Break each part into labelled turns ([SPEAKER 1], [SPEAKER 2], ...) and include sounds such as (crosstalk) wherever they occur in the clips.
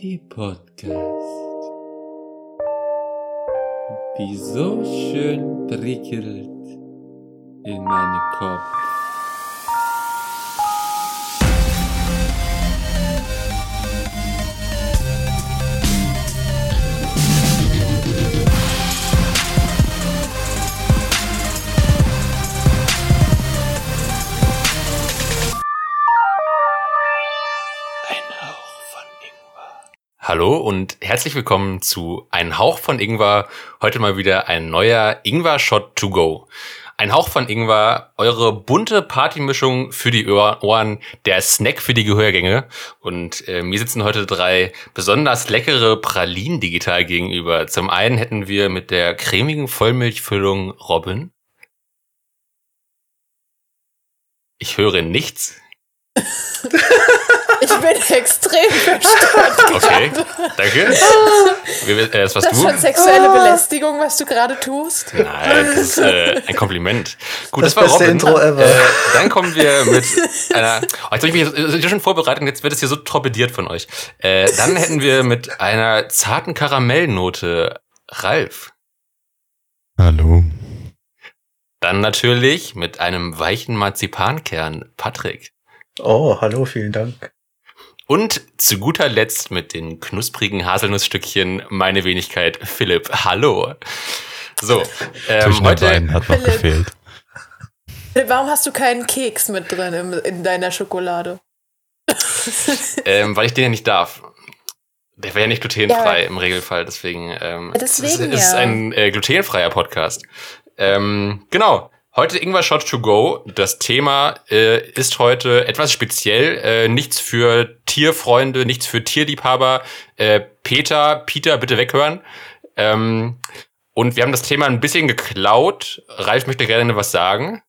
[SPEAKER 1] die Podcast, die so schön prickelt in meinen Kopf.
[SPEAKER 2] Hallo und herzlich willkommen zu Ein Hauch von Ingwer. Heute mal wieder ein neuer Ingwer-Shot to go. Ein Hauch von Ingwer, eure bunte Partymischung für die Ohren, der Snack für die Gehörgänge. Und äh, mir sitzen heute drei besonders leckere Pralinen digital gegenüber. Zum einen hätten wir mit der cremigen Vollmilchfüllung Robin. Ich höre nichts.
[SPEAKER 3] Ich (laughs) bin extrem verstört.
[SPEAKER 2] Okay, danke. Wie- äh, Das warst
[SPEAKER 3] Das ist
[SPEAKER 2] du.
[SPEAKER 3] schon sexuelle Belästigung, was du gerade tust.
[SPEAKER 2] Nein, das ist äh, ein Kompliment. Gut, das,
[SPEAKER 4] Das
[SPEAKER 2] war
[SPEAKER 4] beste
[SPEAKER 2] Robin.
[SPEAKER 4] Intro ever.
[SPEAKER 2] Äh, dann kommen wir
[SPEAKER 4] (laughs)
[SPEAKER 2] mit einer. Oh, jetzt habe ich mich jetzt- jetzt hab ich schon vorbereitet und jetzt wird es hier so torpediert von euch. Äh, dann hätten wir mit einer zarten Karamellnote Ralf.
[SPEAKER 5] Hallo.
[SPEAKER 2] Ähm, Dann natürlich mit einem weichen Marzipankern Patrick.
[SPEAKER 4] Oh, hallo, vielen Dank.
[SPEAKER 2] Und zu guter Letzt mit den knusprigen Haselnussstückchen meine Wenigkeit Philipp. Hallo. So, ähm,
[SPEAKER 5] Zwischen den
[SPEAKER 2] heute
[SPEAKER 5] beiden hat noch
[SPEAKER 3] Philipp.
[SPEAKER 5] gefehlt.
[SPEAKER 3] Warum hast du keinen Keks mit drin im, in deiner Schokolade?
[SPEAKER 2] Ähm, weil ich den ja nicht darf. Der wäre ja nicht glutenfrei
[SPEAKER 3] Ja.
[SPEAKER 2] im Regelfall, deswegen. Ähm,
[SPEAKER 3] Deswegen
[SPEAKER 2] es ist, es ist
[SPEAKER 3] ja.
[SPEAKER 2] ein äh, glutenfreier Podcast. Ähm, genau. Heute Ingwer Shot to go. Das Thema äh, ist heute etwas speziell. Äh, nichts für Tierfreunde, nichts für Tierliebhaber. Äh, Peter, Peter, bitte weghören. Ähm, und wir haben das Thema ein bisschen geklaut. Ralf möchte gerne was sagen.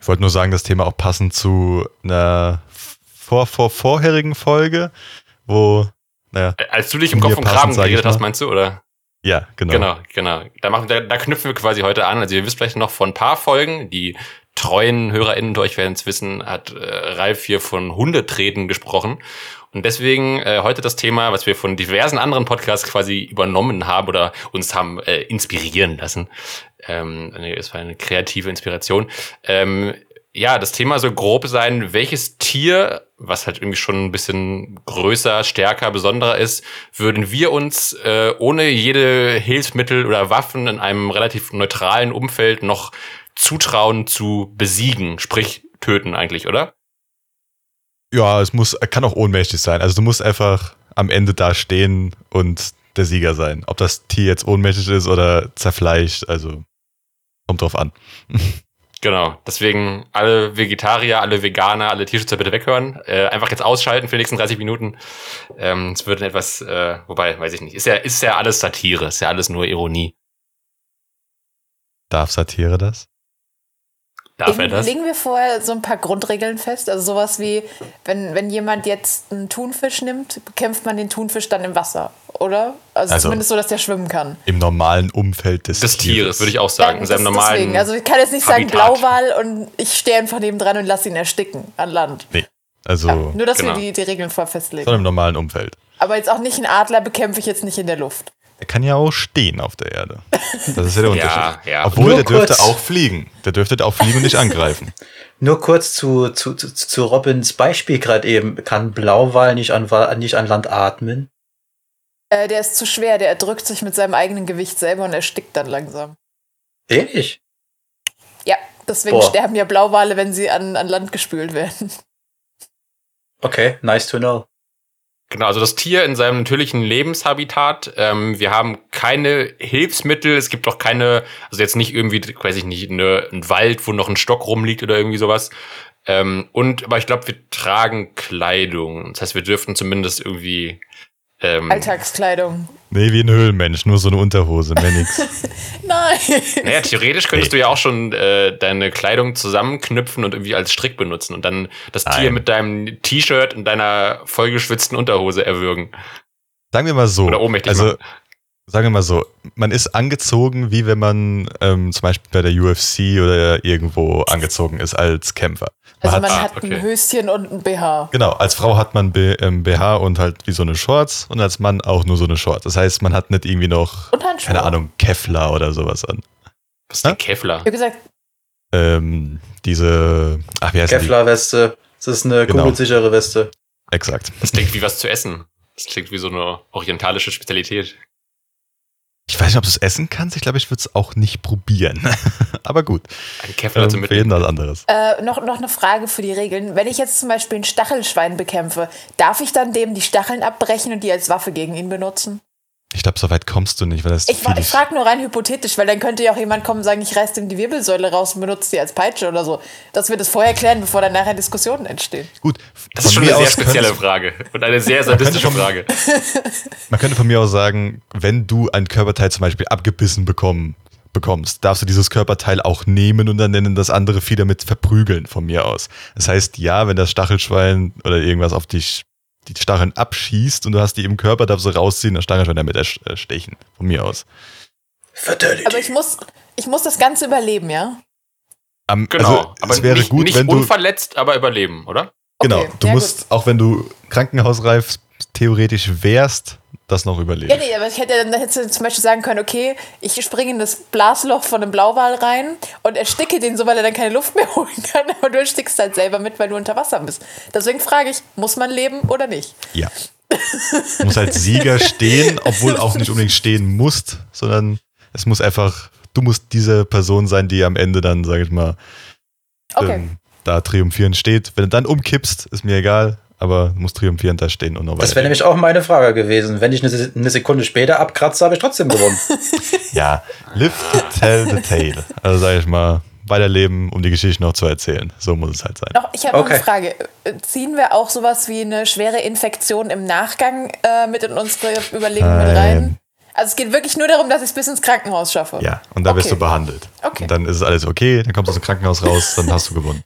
[SPEAKER 5] Ich wollte nur sagen, das Thema auch passend zu einer vor, vor, vorherigen Folge, wo, naja,
[SPEAKER 2] Äh, Als du dich im
[SPEAKER 5] Mir
[SPEAKER 2] Kopf und
[SPEAKER 5] passend,
[SPEAKER 2] Kragen
[SPEAKER 5] sag ich
[SPEAKER 2] geredet hast,
[SPEAKER 5] mal.
[SPEAKER 2] meinst du, oder?
[SPEAKER 5] ja, genau.
[SPEAKER 2] Genau, genau. Da, machen, da, da knüpfen wir quasi heute an. Also ihr wisst vielleicht noch von ein paar Folgen, die treuen HörerInnen unter euch werden es wissen, hat äh, Ralf hier von Hundetreten gesprochen. Und deswegen äh, heute das Thema, was wir von diversen anderen Podcasts quasi übernommen haben oder uns haben äh, inspirieren lassen. Ähm, nee, es war eine kreative Inspiration. Ähm, ja, das Thema soll grob sein, welches Tier, was halt irgendwie schon ein bisschen größer, stärker, besonderer ist, würden wir uns äh, ohne jede Hilfsmittel oder Waffen in einem relativ neutralen Umfeld noch zutrauen zu besiegen, sprich töten eigentlich, oder?
[SPEAKER 5] Ja, es muss, kann auch ohnmächtig sein. Also du musst einfach am Ende da stehen und der Sieger sein. Ob das Tier jetzt ohnmächtig ist oder zerfleischt, also kommt drauf an.
[SPEAKER 2] Genau, deswegen alle Vegetarier, alle Veganer, alle Tierschützer bitte weghören. Äh, einfach jetzt ausschalten für die nächsten 30 Minuten. Ähm, es wird etwas, äh, wobei, weiß ich nicht, ist ja, ist ja alles Satire, ist ja alles nur Ironie.
[SPEAKER 5] Darf Satire das?
[SPEAKER 2] Darf er das?
[SPEAKER 3] Legen wir vorher so ein paar Grundregeln fest? Also sowas wie, wenn, wenn jemand jetzt einen Thunfisch nimmt, bekämpft man den Thunfisch dann im Wasser, oder? Also,
[SPEAKER 5] Also-
[SPEAKER 3] zumindest so, dass der schwimmen kann.
[SPEAKER 5] Im normalen Umfeld des,
[SPEAKER 2] Des Tieres, würde ich auch sagen.
[SPEAKER 3] Ja,
[SPEAKER 2] in seinem
[SPEAKER 3] das-
[SPEAKER 2] normalen.
[SPEAKER 3] deswegen. Also ich kann jetzt nicht
[SPEAKER 2] Habitat.
[SPEAKER 3] sagen Blauwal und ich stehe einfach neben dran und lasse ihn ersticken an Land.
[SPEAKER 5] Also,
[SPEAKER 3] Ja, nur, dass
[SPEAKER 2] genau.
[SPEAKER 3] wir die, die Regeln vorher festlegen.
[SPEAKER 5] sondern im normalen Umfeld.
[SPEAKER 3] Aber jetzt auch nicht einen Adler bekämpfe ich jetzt nicht in der Luft.
[SPEAKER 5] Er kann ja auch stehen auf der Erde.
[SPEAKER 2] (laughs)
[SPEAKER 5] Das ist ja der Unterschied.
[SPEAKER 2] Ja, ja.
[SPEAKER 5] Obwohl,
[SPEAKER 4] Nur
[SPEAKER 5] der dürfte
[SPEAKER 4] kurz.
[SPEAKER 5] auch fliegen. Der dürfte auch fliegen und
[SPEAKER 2] (laughs)
[SPEAKER 5] nicht angreifen.
[SPEAKER 4] Nur kurz zu, zu, zu, zu Robins Beispiel gerade eben. Kann Blauwal nicht an, Wa- nicht an Land atmen?
[SPEAKER 3] Äh, der ist zu schwer, der erdrückt sich mit seinem eigenen Gewicht selber und erstickt dann langsam.
[SPEAKER 4] Ehrlich?
[SPEAKER 3] Ja, deswegen
[SPEAKER 4] Boah.
[SPEAKER 3] sterben ja Blauwale, wenn sie an, an Land gespült werden.
[SPEAKER 4] Okay, nice to know.
[SPEAKER 2] Genau, also das Tier in seinem natürlichen Lebenshabitat. Ähm, wir haben keine Hilfsmittel, es gibt auch keine, also jetzt nicht irgendwie, weiß ich nicht, eine, ein Wald, wo noch ein Stock rumliegt oder irgendwie sowas. Ähm, und, aber ich glaube, wir tragen Kleidung. Das heißt, wir dürften zumindest irgendwie. Ähm,
[SPEAKER 3] Alltagskleidung.
[SPEAKER 5] Nee, wie ein Höhlenmensch, nur so eine Unterhose, mehr nix.
[SPEAKER 3] Nein.
[SPEAKER 2] Naja, theoretisch könntest
[SPEAKER 5] Nee.
[SPEAKER 2] du ja auch schon äh, deine Kleidung zusammenknüpfen und irgendwie als Strick benutzen und dann das
[SPEAKER 5] Nein.
[SPEAKER 2] Tier mit deinem T-Shirt und deiner vollgeschwitzten Unterhose erwürgen.
[SPEAKER 5] Sagen wir mal so.
[SPEAKER 2] Oder ohnmächtig
[SPEAKER 5] also,
[SPEAKER 2] machen.
[SPEAKER 5] sagen wir mal so, man ist angezogen, wie wenn man ähm, zum Beispiel bei der UFC oder irgendwo angezogen ist als Kämpfer. Man
[SPEAKER 3] Also
[SPEAKER 5] hat,
[SPEAKER 3] man
[SPEAKER 2] ah,
[SPEAKER 3] hat
[SPEAKER 2] okay.
[SPEAKER 3] ein Höschen und ein BH.
[SPEAKER 5] genau, als Frau hat man B, ähm, BH und halt wie so eine Shorts und als Mann auch nur so eine Shorts. Das heißt, man hat nicht irgendwie noch,
[SPEAKER 3] Und Handschuhe.
[SPEAKER 5] keine Ahnung, Kevlar oder sowas an.
[SPEAKER 2] Was ist denn
[SPEAKER 5] Hä?
[SPEAKER 2] Kevlar?
[SPEAKER 3] Ich habe gesagt,
[SPEAKER 5] Ähm, diese, ach, wie heißt die?
[SPEAKER 4] Kevlar-Weste. Das ist eine
[SPEAKER 5] Genau.
[SPEAKER 4] kugelsichere Weste.
[SPEAKER 5] Exakt.
[SPEAKER 2] Das klingt wie was zu essen. Das klingt wie so eine orientalische Spezialität.
[SPEAKER 5] Ich weiß nicht, ob du es essen kannst. Ich glaube, ich würde es auch
[SPEAKER 2] (laughs)
[SPEAKER 5] nicht probieren. Aber gut,
[SPEAKER 2] Ein Kevlar
[SPEAKER 5] ähm,
[SPEAKER 2] zum
[SPEAKER 5] für
[SPEAKER 2] Mitnehmen.
[SPEAKER 5] jeden was anderes.
[SPEAKER 3] äh, noch, noch eine Frage für die Regeln. Wenn ich jetzt zum Beispiel ein Stachelschwein bekämpfe, darf ich dann dem die Stacheln abbrechen und die als Waffe gegen ihn benutzen?
[SPEAKER 5] Ich glaube, so weit kommst du nicht, weil das
[SPEAKER 3] Ich, fra- ich
[SPEAKER 5] vieles-
[SPEAKER 3] frage nur rein hypothetisch, weil dann könnte ja auch jemand kommen und sagen, ich reiß dem die Wirbelsäule raus und benutze die als Peitsche oder so. Dass wir das vorher klären, bevor dann nachher Diskussionen entstehen.
[SPEAKER 5] Gut,
[SPEAKER 2] Das ist schon eine
[SPEAKER 5] von mir
[SPEAKER 2] sehr
[SPEAKER 5] aus also
[SPEAKER 2] spezielle
[SPEAKER 5] (laughs) könntest-
[SPEAKER 2] Frage. Und eine sehr sadistische Frage.
[SPEAKER 5] Man könnte von mir aus sagen, wenn du ein Körperteil zum Beispiel abgebissen bekommen, bekommst, darfst du dieses Körperteil auch nehmen und dann nennen das andere viel damit verprügeln von mir aus. Das heißt, ja, wenn das Stachelschwein oder irgendwas auf dich die Stacheln abschießt und du hast die im Körper, darfst du rausziehen und das Stachelschwein damit ersch- äh, stechen. Von mir aus.
[SPEAKER 4] Fatality.
[SPEAKER 3] Aber ich muss, ich muss das Ganze überleben, ja?
[SPEAKER 5] Am-
[SPEAKER 2] Genau.
[SPEAKER 5] Also, es wäre
[SPEAKER 2] nicht,
[SPEAKER 5] gut,
[SPEAKER 2] nicht
[SPEAKER 5] wenn du
[SPEAKER 2] unverletzt, aber überleben, oder?
[SPEAKER 5] genau,
[SPEAKER 3] Okay,
[SPEAKER 5] du
[SPEAKER 3] ja,
[SPEAKER 5] musst auch wenn du krankenhausreif theoretisch wärst, das noch überleben.
[SPEAKER 3] Ja, nee, aber ich hätte ja dann dann hättest du zum Beispiel sagen können, okay, ich springe in das Blasloch von einem Blauwal rein und ersticke den so, weil er dann keine Luft mehr (laughs) holen kann, aber du erstickst halt selber mit, weil du unter Wasser bist. Deswegen frage ich, muss man leben oder nicht?
[SPEAKER 5] Ja. muss halt
[SPEAKER 3] (laughs)
[SPEAKER 5] Sieger stehen, obwohl auch nicht unbedingt stehen musst, sondern es muss einfach, du musst diese Person sein, die am Ende dann, sag ich mal,
[SPEAKER 3] Okay.
[SPEAKER 5] ähm, da triumphierend steht. Wenn du dann umkippst, ist mir egal, aber du musst triumphierend da stehen und noch
[SPEAKER 4] Das wäre
[SPEAKER 5] weitergehen.
[SPEAKER 4] nämlich auch meine Frage gewesen. Wenn ich eine Se- eine Sekunde später abkratze, habe ich trotzdem (laughs) gewonnen.
[SPEAKER 5] Ja, live to tell the tale. Also sag ich mal, weiterleben, um die Geschichte noch zu erzählen. So muss es halt sein.
[SPEAKER 3] Noch, ich habe noch eine
[SPEAKER 4] Okay.
[SPEAKER 3] Frage. Äh, Ziehen wir auch sowas wie eine schwere Infektion im Nachgang äh, mit in unsere Überlegungen mit rein?
[SPEAKER 5] Nein.
[SPEAKER 3] Also es geht wirklich nur darum, dass ich es bis ins Krankenhaus schaffe.
[SPEAKER 5] Ja, und da wirst
[SPEAKER 3] Okay.
[SPEAKER 5] du behandelt.
[SPEAKER 3] Okay. Mhm.
[SPEAKER 5] Und dann ist es alles okay, dann kommst du aus dem Krankenhaus raus, dann hast du gewonnen.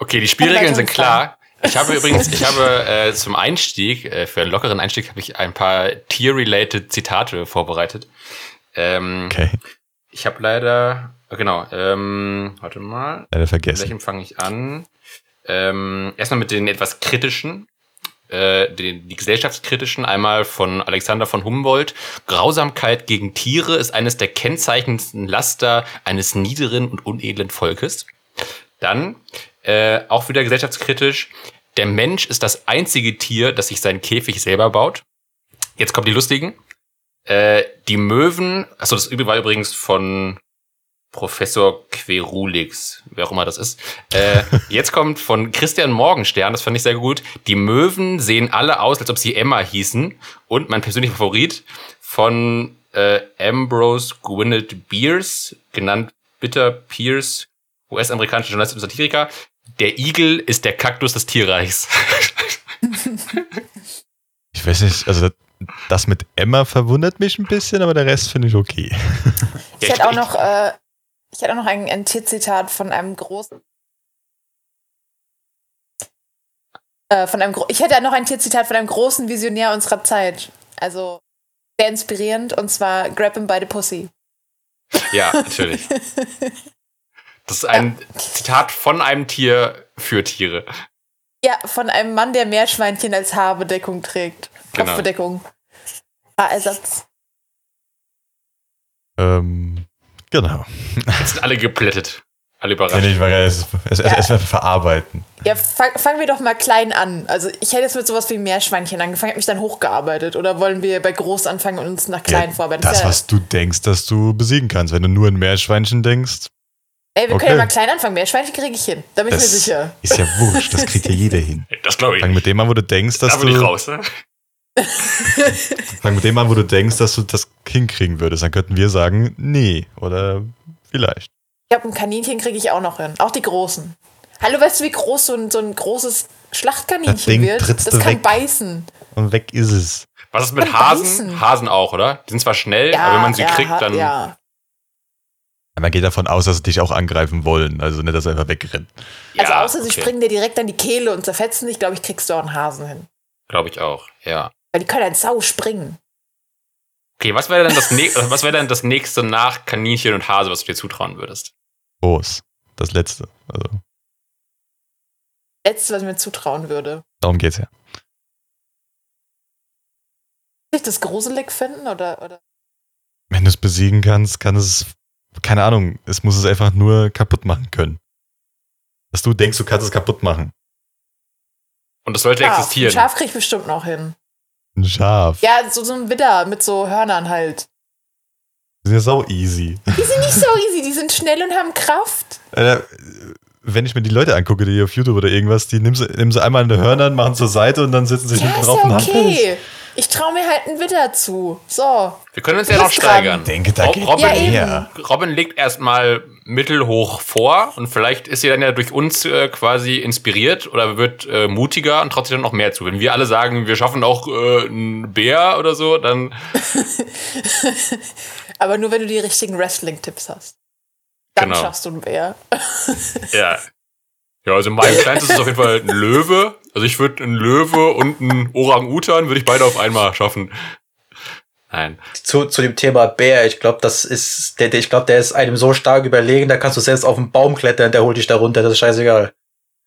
[SPEAKER 2] Okay, die Spielregeln
[SPEAKER 3] Weitere
[SPEAKER 2] sind klar. Ich habe übrigens, ich habe äh, zum Einstieg, äh, für einen lockeren Einstieg, habe ich ein paar Tier-related Zitate vorbereitet. Ähm,
[SPEAKER 5] Okay,
[SPEAKER 2] Ich habe leider, genau, ähm, warte mal,
[SPEAKER 5] leider
[SPEAKER 2] Mit
[SPEAKER 5] vergessen.
[SPEAKER 2] welchem fange ich an? Ähm, erstmal mit den etwas kritischen, äh, den, die gesellschaftskritischen, einmal von Alexander von Humboldt. Grausamkeit gegen Tiere ist eines der kennzeichnendsten Laster eines niederen und unedlen Volkes. Dann, äh, auch wieder gesellschaftskritisch, der Mensch ist das einzige Tier, das sich seinen Käfig selber baut. Jetzt kommen die lustigen. Äh, die Möwen, achso, das war übrigens von Professor Querulix, wer auch immer das ist. Äh, jetzt kommt von Christian Morgenstern, das fand ich sehr gut. Die Möwen sehen alle aus, als ob sie Emma hießen. Und mein persönlicher Favorit von äh, Ambrose Gwyneth Bierce, genannt Bitter Pierce, US-amerikanischer Journalist und Satiriker. Der Igel ist der Kaktus des Tierreichs.
[SPEAKER 5] Ich weiß nicht, also das- das mit Emma verwundert mich ein bisschen, aber der Rest finde ich okay.
[SPEAKER 3] Ich
[SPEAKER 2] Ja,
[SPEAKER 3] hätte auch
[SPEAKER 2] ich-
[SPEAKER 3] noch, äh, ich hätte auch noch ein, ein Tierzitat von einem großen. Äh, von einem, gro- ich hätte auch noch ein Tierzitat von einem großen Visionär unserer Zeit. Also sehr inspirierend und zwar Grab him by the Pussy.
[SPEAKER 2] ja, natürlich. Das ist ein Zitat von einem Tier für Tiere.
[SPEAKER 3] Ja, von einem Mann, der Meerschweinchen als Haarbedeckung trägt.
[SPEAKER 2] Genau.
[SPEAKER 3] Kopfbedeckung. Haarersatz.
[SPEAKER 5] Ähm, genau.
[SPEAKER 2] Jetzt sind alle geplättet. Alle
[SPEAKER 5] Wenn
[SPEAKER 2] überrascht.
[SPEAKER 5] ich mal es, es, es, es verarbeiten.
[SPEAKER 3] Ja, fang, fangen wir doch mal klein an. Also ich hätte jetzt mit sowas wie Meerschweinchen angefangen, habe mich dann hochgearbeitet. Oder wollen wir bei groß anfangen und uns nach klein vorarbeiten?
[SPEAKER 5] das,
[SPEAKER 3] Ist ja-
[SPEAKER 5] was du denkst, dass du besiegen kannst. Wenn du nur ein Meerschweinchen denkst,
[SPEAKER 3] Ey, wir
[SPEAKER 5] Okay.
[SPEAKER 3] können ja mal klein anfangen. Meerschweinchen kriege ich hin. Da bin ich mir
[SPEAKER 5] das ist
[SPEAKER 3] sicher.
[SPEAKER 5] ja wurscht. Das kriegt ja jeder hin.
[SPEAKER 2] Das glaube ich.
[SPEAKER 5] Fang mit dem an, wo du denkst, dass
[SPEAKER 2] Da bin ich
[SPEAKER 5] du,
[SPEAKER 2] raus. Ne?
[SPEAKER 5] fang mit dem an, wo du denkst, dass du das hinkriegen würdest. Dann könnten wir sagen, nee, oder vielleicht.
[SPEAKER 3] Ich glaube, ein Kaninchen kriege ich auch noch hin. Auch die großen. Hallo, weißt du, wie groß so ein, so ein großes
[SPEAKER 5] Das
[SPEAKER 3] Schlachtkaninchen
[SPEAKER 5] Ding
[SPEAKER 3] wird?
[SPEAKER 5] trittst
[SPEAKER 3] Das
[SPEAKER 5] du
[SPEAKER 3] kann
[SPEAKER 5] weg.
[SPEAKER 3] beißen.
[SPEAKER 5] Und weg ist es.
[SPEAKER 2] Was ist mit
[SPEAKER 3] Und
[SPEAKER 2] Hasen?
[SPEAKER 3] beißen.
[SPEAKER 2] Hasen auch, oder? Die sind zwar schnell, aber wenn man sie
[SPEAKER 3] ja,
[SPEAKER 2] kriegt,
[SPEAKER 3] ha-
[SPEAKER 2] dann.
[SPEAKER 3] Ja.
[SPEAKER 5] Man geht davon aus, dass sie dich auch angreifen wollen. Also nicht, dass sie einfach wegrennen.
[SPEAKER 3] Also
[SPEAKER 2] Ja,
[SPEAKER 3] außer sie
[SPEAKER 2] okay.
[SPEAKER 3] springen dir direkt an die Kehle und zerfetzen dich, glaube ich, kriegst du auch einen Hasen hin.
[SPEAKER 2] Glaube ich auch, ja.
[SPEAKER 3] Weil die können halt sau springen.
[SPEAKER 2] Okay, was wäre denn, das nä- (laughs) was wäre denn das nächste nach Kaninchen und Hase, was du dir zutrauen würdest?
[SPEAKER 5] Groß. Das letzte. Also,
[SPEAKER 3] Letztes, was ich mir zutrauen würde.
[SPEAKER 5] darum geht's ja.
[SPEAKER 3] Würde ich das gruselig finden oder, oder?
[SPEAKER 5] Wenn du es besiegen kannst, kann es, keine Ahnung, es muss es einfach nur kaputt machen können. Dass du denkst, du kannst es kaputt machen.
[SPEAKER 2] Und das sollte
[SPEAKER 3] Ja,
[SPEAKER 2] existieren.
[SPEAKER 3] Ein Schaf krieg ich bestimmt noch hin.
[SPEAKER 5] Ein Schaf.
[SPEAKER 3] Ja, so, so ein Widder mit so Hörnern halt.
[SPEAKER 5] Die sind ja sau easy.
[SPEAKER 3] Die sind nicht so easy, die sind schnell und haben Kraft.
[SPEAKER 5] Alter, wenn ich mir die Leute angucke, die auf YouTube oder irgendwas, die nehmen sie, nehmen sie einmal in die Hörner, machen zur Seite und dann sitzen sie
[SPEAKER 3] Ja,
[SPEAKER 5] hinten
[SPEAKER 3] ist
[SPEAKER 5] drauf
[SPEAKER 3] ja
[SPEAKER 5] und haben alles.
[SPEAKER 3] okay. Ich traue mir halt einen Widder zu. So.
[SPEAKER 2] Wir können uns
[SPEAKER 3] Du
[SPEAKER 2] ja noch
[SPEAKER 3] bist dran.
[SPEAKER 2] steigern.
[SPEAKER 5] Denke, da
[SPEAKER 2] Rob-
[SPEAKER 5] geht
[SPEAKER 2] Robin,
[SPEAKER 3] Ja, eben.
[SPEAKER 5] Ja.
[SPEAKER 2] Robin legt erstmal mittelhoch vor und vielleicht ist sie dann ja durch uns äh, quasi inspiriert oder wird äh, mutiger und trotzdem noch mehr zu. Wenn wir alle sagen, wir schaffen auch äh, einen Bär oder so, dann
[SPEAKER 3] Aber nur wenn du die richtigen Wrestling-Tipps hast. Dann
[SPEAKER 2] Genau.
[SPEAKER 3] schaffst du einen Bär.
[SPEAKER 2] ja. Ja, also
[SPEAKER 3] (laughs)
[SPEAKER 2] mein Kleinstes ist auf jeden Fall ein Löwe. Also ich würde einen Löwe und einen Orang-Utan würde ich beide auf einmal schaffen. Nein.
[SPEAKER 4] Zu, zu dem Thema Bär, ich glaube, das ist, der, der, ich glaube, der ist einem so stark überlegen, da kannst du selbst auf einen Baum klettern, der holt dich da runter, das ist scheißegal.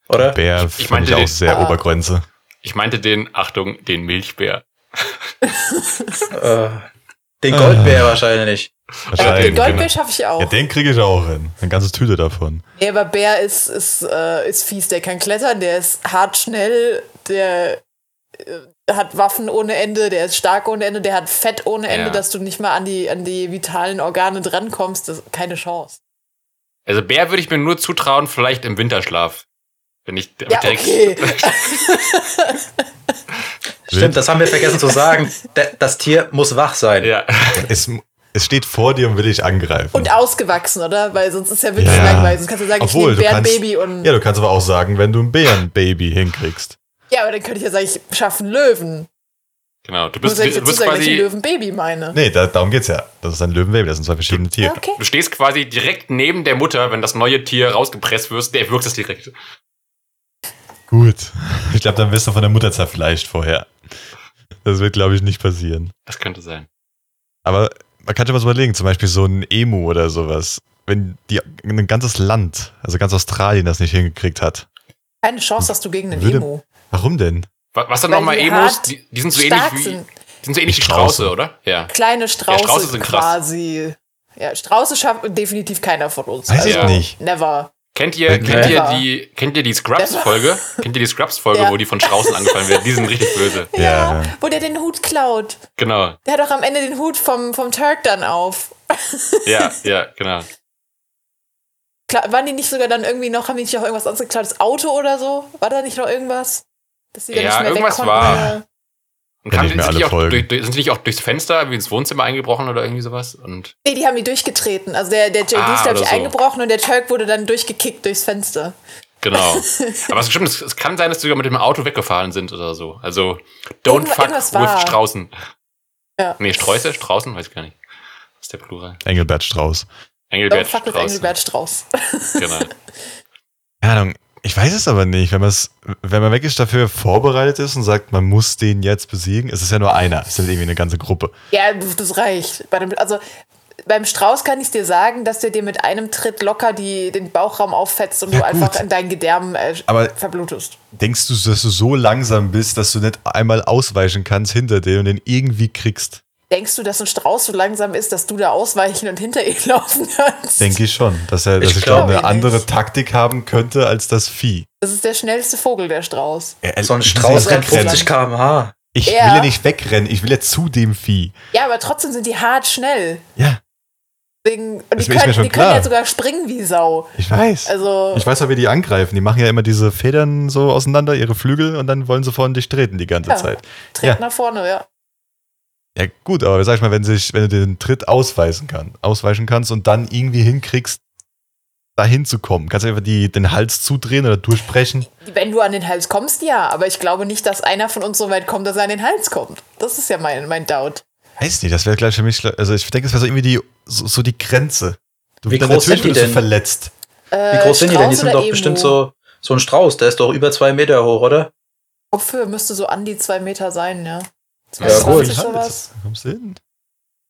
[SPEAKER 4] Oder?
[SPEAKER 5] Bär
[SPEAKER 2] Ich
[SPEAKER 5] finde
[SPEAKER 2] meinte
[SPEAKER 5] ich auch
[SPEAKER 2] den-
[SPEAKER 5] sehr
[SPEAKER 3] Ah.
[SPEAKER 5] Obergrenze.
[SPEAKER 2] Ich meinte den, Achtung, den Milchbär.
[SPEAKER 4] Äh, den Goldbär wahrscheinlich.
[SPEAKER 3] Aber den
[SPEAKER 5] Wahrscheinlich. genau.
[SPEAKER 2] Gold-
[SPEAKER 3] Goldbär schaffe ich auch.
[SPEAKER 5] Ja, den kriege ich auch hin. Eine ganze Tüte davon.
[SPEAKER 3] Nee, aber Bär ist, ist, äh, ist fies. Der kann klettern, der ist hart schnell, der äh, hat Waffen ohne Ende, der ist stark ohne Ende, der hat Fett ohne Ende,
[SPEAKER 2] Ja.
[SPEAKER 3] dass du nicht mal an die, an die vitalen Organe drankommst. Das ist keine Chance.
[SPEAKER 2] Also Bär würde ich mir nur zutrauen, vielleicht im Winterschlaf. Wenn ich
[SPEAKER 3] Ja,
[SPEAKER 2] direkt-
[SPEAKER 3] okay.
[SPEAKER 4] Stimmt, das haben wir vergessen zu
[SPEAKER 3] (laughs)
[SPEAKER 4] sagen. Da- Das Tier muss wach sein.
[SPEAKER 2] Ja.
[SPEAKER 5] Es, es steht vor dir und will dich angreifen.
[SPEAKER 3] Und ausgewachsen, oder? Weil sonst ist ja wirklich
[SPEAKER 5] Ja.
[SPEAKER 3] langweilig. Sonst kannst du sagen,
[SPEAKER 5] Obwohl,
[SPEAKER 3] ich
[SPEAKER 5] du
[SPEAKER 3] nehme
[SPEAKER 5] kannst-
[SPEAKER 3] Bärenbaby und.
[SPEAKER 5] ja, du kannst aber auch sagen, wenn du ein Bärenbaby hinkriegst.
[SPEAKER 3] Ja, aber dann könnte ich ja sagen, ich schaffe einen Löwen.
[SPEAKER 2] Genau, du
[SPEAKER 3] Du
[SPEAKER 2] bist,
[SPEAKER 3] musst ja
[SPEAKER 2] du
[SPEAKER 3] dazu
[SPEAKER 2] bist
[SPEAKER 3] sagen, dass ich ein
[SPEAKER 2] quasi,
[SPEAKER 3] Löwenbaby meine.
[SPEAKER 5] Nee, da, darum geht's ja. Das ist ein Löwenbaby, das sind zwei verschiedene Tiere.
[SPEAKER 3] Okay.
[SPEAKER 2] du stehst quasi direkt neben der Mutter, wenn das neue Tier rausgepresst wird, der wirkt es direkt.
[SPEAKER 5] Gut. Ich glaube, dann wirst du von der Mutter zerfleischt vorher. Das wird, glaube ich, nicht passieren.
[SPEAKER 2] Das könnte sein.
[SPEAKER 5] Aber man kann schon was überlegen, zum Beispiel so ein Emu oder sowas. Wenn die, ein ganzes Land, also ganz Australien, das nicht hingekriegt hat.
[SPEAKER 3] Keine Chance, dass du gegen einen
[SPEAKER 5] Würde-
[SPEAKER 3] Emu.
[SPEAKER 5] Warum denn?
[SPEAKER 2] Wa- Was sind
[SPEAKER 3] Weil
[SPEAKER 2] nochmal
[SPEAKER 3] die
[SPEAKER 2] Emus?
[SPEAKER 3] hart
[SPEAKER 2] Die, die sind so ähnlich
[SPEAKER 3] Stark
[SPEAKER 2] wie,
[SPEAKER 3] sind.
[SPEAKER 2] die sind so ähnlich wie
[SPEAKER 5] Strauße.
[SPEAKER 2] Strauße, oder? Ja.
[SPEAKER 3] Kleine Strauße,
[SPEAKER 2] Ja, Strauße sind krass.
[SPEAKER 3] quasi. Ja, Strauße schafft definitiv keiner von uns.
[SPEAKER 5] Weiß ich
[SPEAKER 2] Also-
[SPEAKER 5] nicht.
[SPEAKER 3] Never.
[SPEAKER 2] Kennt ihr,
[SPEAKER 5] Wenn-
[SPEAKER 2] kennt ihr
[SPEAKER 3] Ja.
[SPEAKER 2] die, kennt ihr die Scrubs-Folge? Kennt ihr die Scrubs-Folge,
[SPEAKER 3] Ja.
[SPEAKER 2] wo die von Straußen angefallen werden? Die sind richtig böse.
[SPEAKER 5] Ja.
[SPEAKER 3] Wo der den Hut klaut.
[SPEAKER 2] Genau.
[SPEAKER 3] Der hat auch am Ende den Hut vom, vom Turk dann auf.
[SPEAKER 2] Ja, ja, genau.
[SPEAKER 3] Kla waren die nicht sogar dann irgendwie noch, haben die nicht noch irgendwas anderes geklaut? Das Auto oder so? War da nicht noch irgendwas? Dass die dann
[SPEAKER 2] Ja,
[SPEAKER 3] nicht mehr
[SPEAKER 2] irgendwas
[SPEAKER 3] weg konnten?
[SPEAKER 2] war.
[SPEAKER 3] Ja.
[SPEAKER 2] Und
[SPEAKER 5] Kenn
[SPEAKER 2] haben,
[SPEAKER 5] ich
[SPEAKER 2] sind,
[SPEAKER 5] mir alle
[SPEAKER 2] die auch
[SPEAKER 5] Folgen.
[SPEAKER 2] durch, durch, sind die nicht auch durchs Fenster, irgendwie ins Wohnzimmer eingebrochen oder irgendwie sowas? Und
[SPEAKER 3] Nee, die haben die durchgetreten. Also der, der JD
[SPEAKER 2] Ah,
[SPEAKER 3] ist, glaube ich,
[SPEAKER 2] oder so.
[SPEAKER 3] eingebrochen und der Turk wurde dann durchgekickt durchs Fenster. (laughs)
[SPEAKER 2] Genau. Aber es stimmt, es, es kann sein, dass sie sogar mit dem Auto weggefahren sind oder so. Also, don't
[SPEAKER 3] Irgendwa-
[SPEAKER 2] fuck
[SPEAKER 3] irgendwas
[SPEAKER 2] with
[SPEAKER 3] war.
[SPEAKER 2] Straußen.
[SPEAKER 3] Ja.
[SPEAKER 2] Nee, Sträuße? Straußen? Weiß ich gar nicht. Was ist der Plural?
[SPEAKER 5] Engelbert Strauß.
[SPEAKER 2] Engelbert
[SPEAKER 3] Don't fuck with
[SPEAKER 2] Straußen.
[SPEAKER 3] Engelbert Strauß. (laughs)
[SPEAKER 2] Genau.
[SPEAKER 5] Keine Ahnung. Ich weiß es aber nicht. Wenn, man's- wenn man wirklich dafür vorbereitet ist und sagt, man muss den jetzt besiegen, es ist ja nur einer. Es ist halt irgendwie eine ganze Gruppe.
[SPEAKER 3] Ja, das reicht. Bei dem, also beim Strauß kann ich dir sagen, dass der dir mit einem Tritt locker die, den Bauchraum auffetzt und
[SPEAKER 5] Ja,
[SPEAKER 3] du einfach
[SPEAKER 5] gut.
[SPEAKER 3] in deinen Gedärmen äh,
[SPEAKER 5] Aber-
[SPEAKER 3] verblutest.
[SPEAKER 5] Denkst du, dass du so langsam bist, dass du nicht einmal ausweichen kannst hinter dir und den irgendwie kriegst?
[SPEAKER 3] Denkst du, dass ein Strauß so langsam ist, dass du da ausweichen und hinter ihm (laughs) laufen kannst?
[SPEAKER 5] Denke ich schon, dass er, dass
[SPEAKER 4] Ich
[SPEAKER 5] ich glaube,
[SPEAKER 3] glaub
[SPEAKER 5] eine
[SPEAKER 3] ihn
[SPEAKER 5] andere
[SPEAKER 3] nicht.
[SPEAKER 5] Taktik haben könnte als das Vieh. Äh,
[SPEAKER 3] Das ist der schnellste Vogel, der Strauß.
[SPEAKER 4] So ein Strauß rennt
[SPEAKER 3] wegrennen.
[SPEAKER 4] 50 km/h.
[SPEAKER 5] Ich
[SPEAKER 3] Ja.
[SPEAKER 5] will ja nicht wegrennen, ich will ja zu dem Vieh.
[SPEAKER 3] Ja, aber trotzdem sind die hart schnell.
[SPEAKER 5] Ja,
[SPEAKER 3] Deswegen, und
[SPEAKER 5] Das
[SPEAKER 3] die
[SPEAKER 5] ist mir
[SPEAKER 3] können,
[SPEAKER 5] schon
[SPEAKER 3] die können
[SPEAKER 5] klar.
[SPEAKER 3] ja sogar springen wie Sau.
[SPEAKER 5] ich weiß.
[SPEAKER 3] Also,
[SPEAKER 5] ich weiß auch, wie die angreifen. Die machen ja immer diese Federn so auseinander, ihre Flügel, und dann wollen sie vorne dich treten die ganze
[SPEAKER 3] Ja.
[SPEAKER 5] Zeit.
[SPEAKER 3] tritt
[SPEAKER 5] ja.
[SPEAKER 3] nach vorne, ja.
[SPEAKER 5] Ja, gut, aber sag ich mal, wenn, sich, wenn du den Tritt ausweichen, kann, ausweichen kannst und dann irgendwie hinkriegst, dahin zu kommen, kannst du einfach die, den Hals zudrehen oder durchbrechen.
[SPEAKER 3] Wenn du an den Hals kommst, ja. Aber ich glaube nicht, dass einer von uns so weit kommt, dass er an den Hals kommt. Das ist ja mein, mein Doubt.
[SPEAKER 5] Weiß nicht, das wäre gleich für mich, also ich denke, das wäre so irgendwie die, so, so die Grenze. Du,
[SPEAKER 4] Wie
[SPEAKER 5] dann
[SPEAKER 4] groß sind die
[SPEAKER 5] wirst du
[SPEAKER 4] denn?
[SPEAKER 5] verletzt.
[SPEAKER 4] Wie groß sind die denn? Die
[SPEAKER 3] Äh, Strauß
[SPEAKER 4] sind
[SPEAKER 3] oder
[SPEAKER 4] doch
[SPEAKER 3] Emu?
[SPEAKER 4] bestimmt so, so ein Strauß, der ist doch über zwei Meter hoch, oder?
[SPEAKER 3] Kopfhöhe müsste so an die zwei Meter sein, ja.
[SPEAKER 4] Ja, gut.
[SPEAKER 3] 20 sowas.
[SPEAKER 5] Kommst du hin?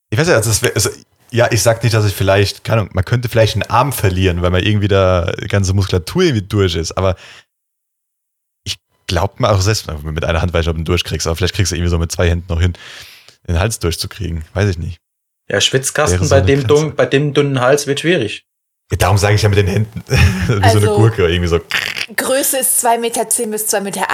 [SPEAKER 5] Ich weiß ja, also es wär, also, ja, ich sag nicht, dass ich vielleicht, keine Ahnung, man könnte vielleicht einen Arm verlieren, weil man irgendwie da die ganze Muskulatur irgendwie durch ist, aber ich glaube mal auch selbst, mit einer Hand weiß ich, ob du ihn durchkriegst, aber vielleicht kriegst du irgendwie so mit zwei Händen noch hin, den Hals durchzukriegen. Weiß ich nicht.
[SPEAKER 4] Ja,
[SPEAKER 5] Wäre
[SPEAKER 4] Schwitzkasten
[SPEAKER 5] so
[SPEAKER 4] bei
[SPEAKER 5] eine
[SPEAKER 4] dem,
[SPEAKER 5] Grenze.
[SPEAKER 4] dun, bei dem dünnen Hals wird schwierig.
[SPEAKER 5] Ja, darum sage ich ja mit den Händen. (laughs) Wie so eine
[SPEAKER 3] Also-
[SPEAKER 5] Gurke, irgendwie so.
[SPEAKER 3] Größe ist 2,10 Meter bis 2,80 Meter.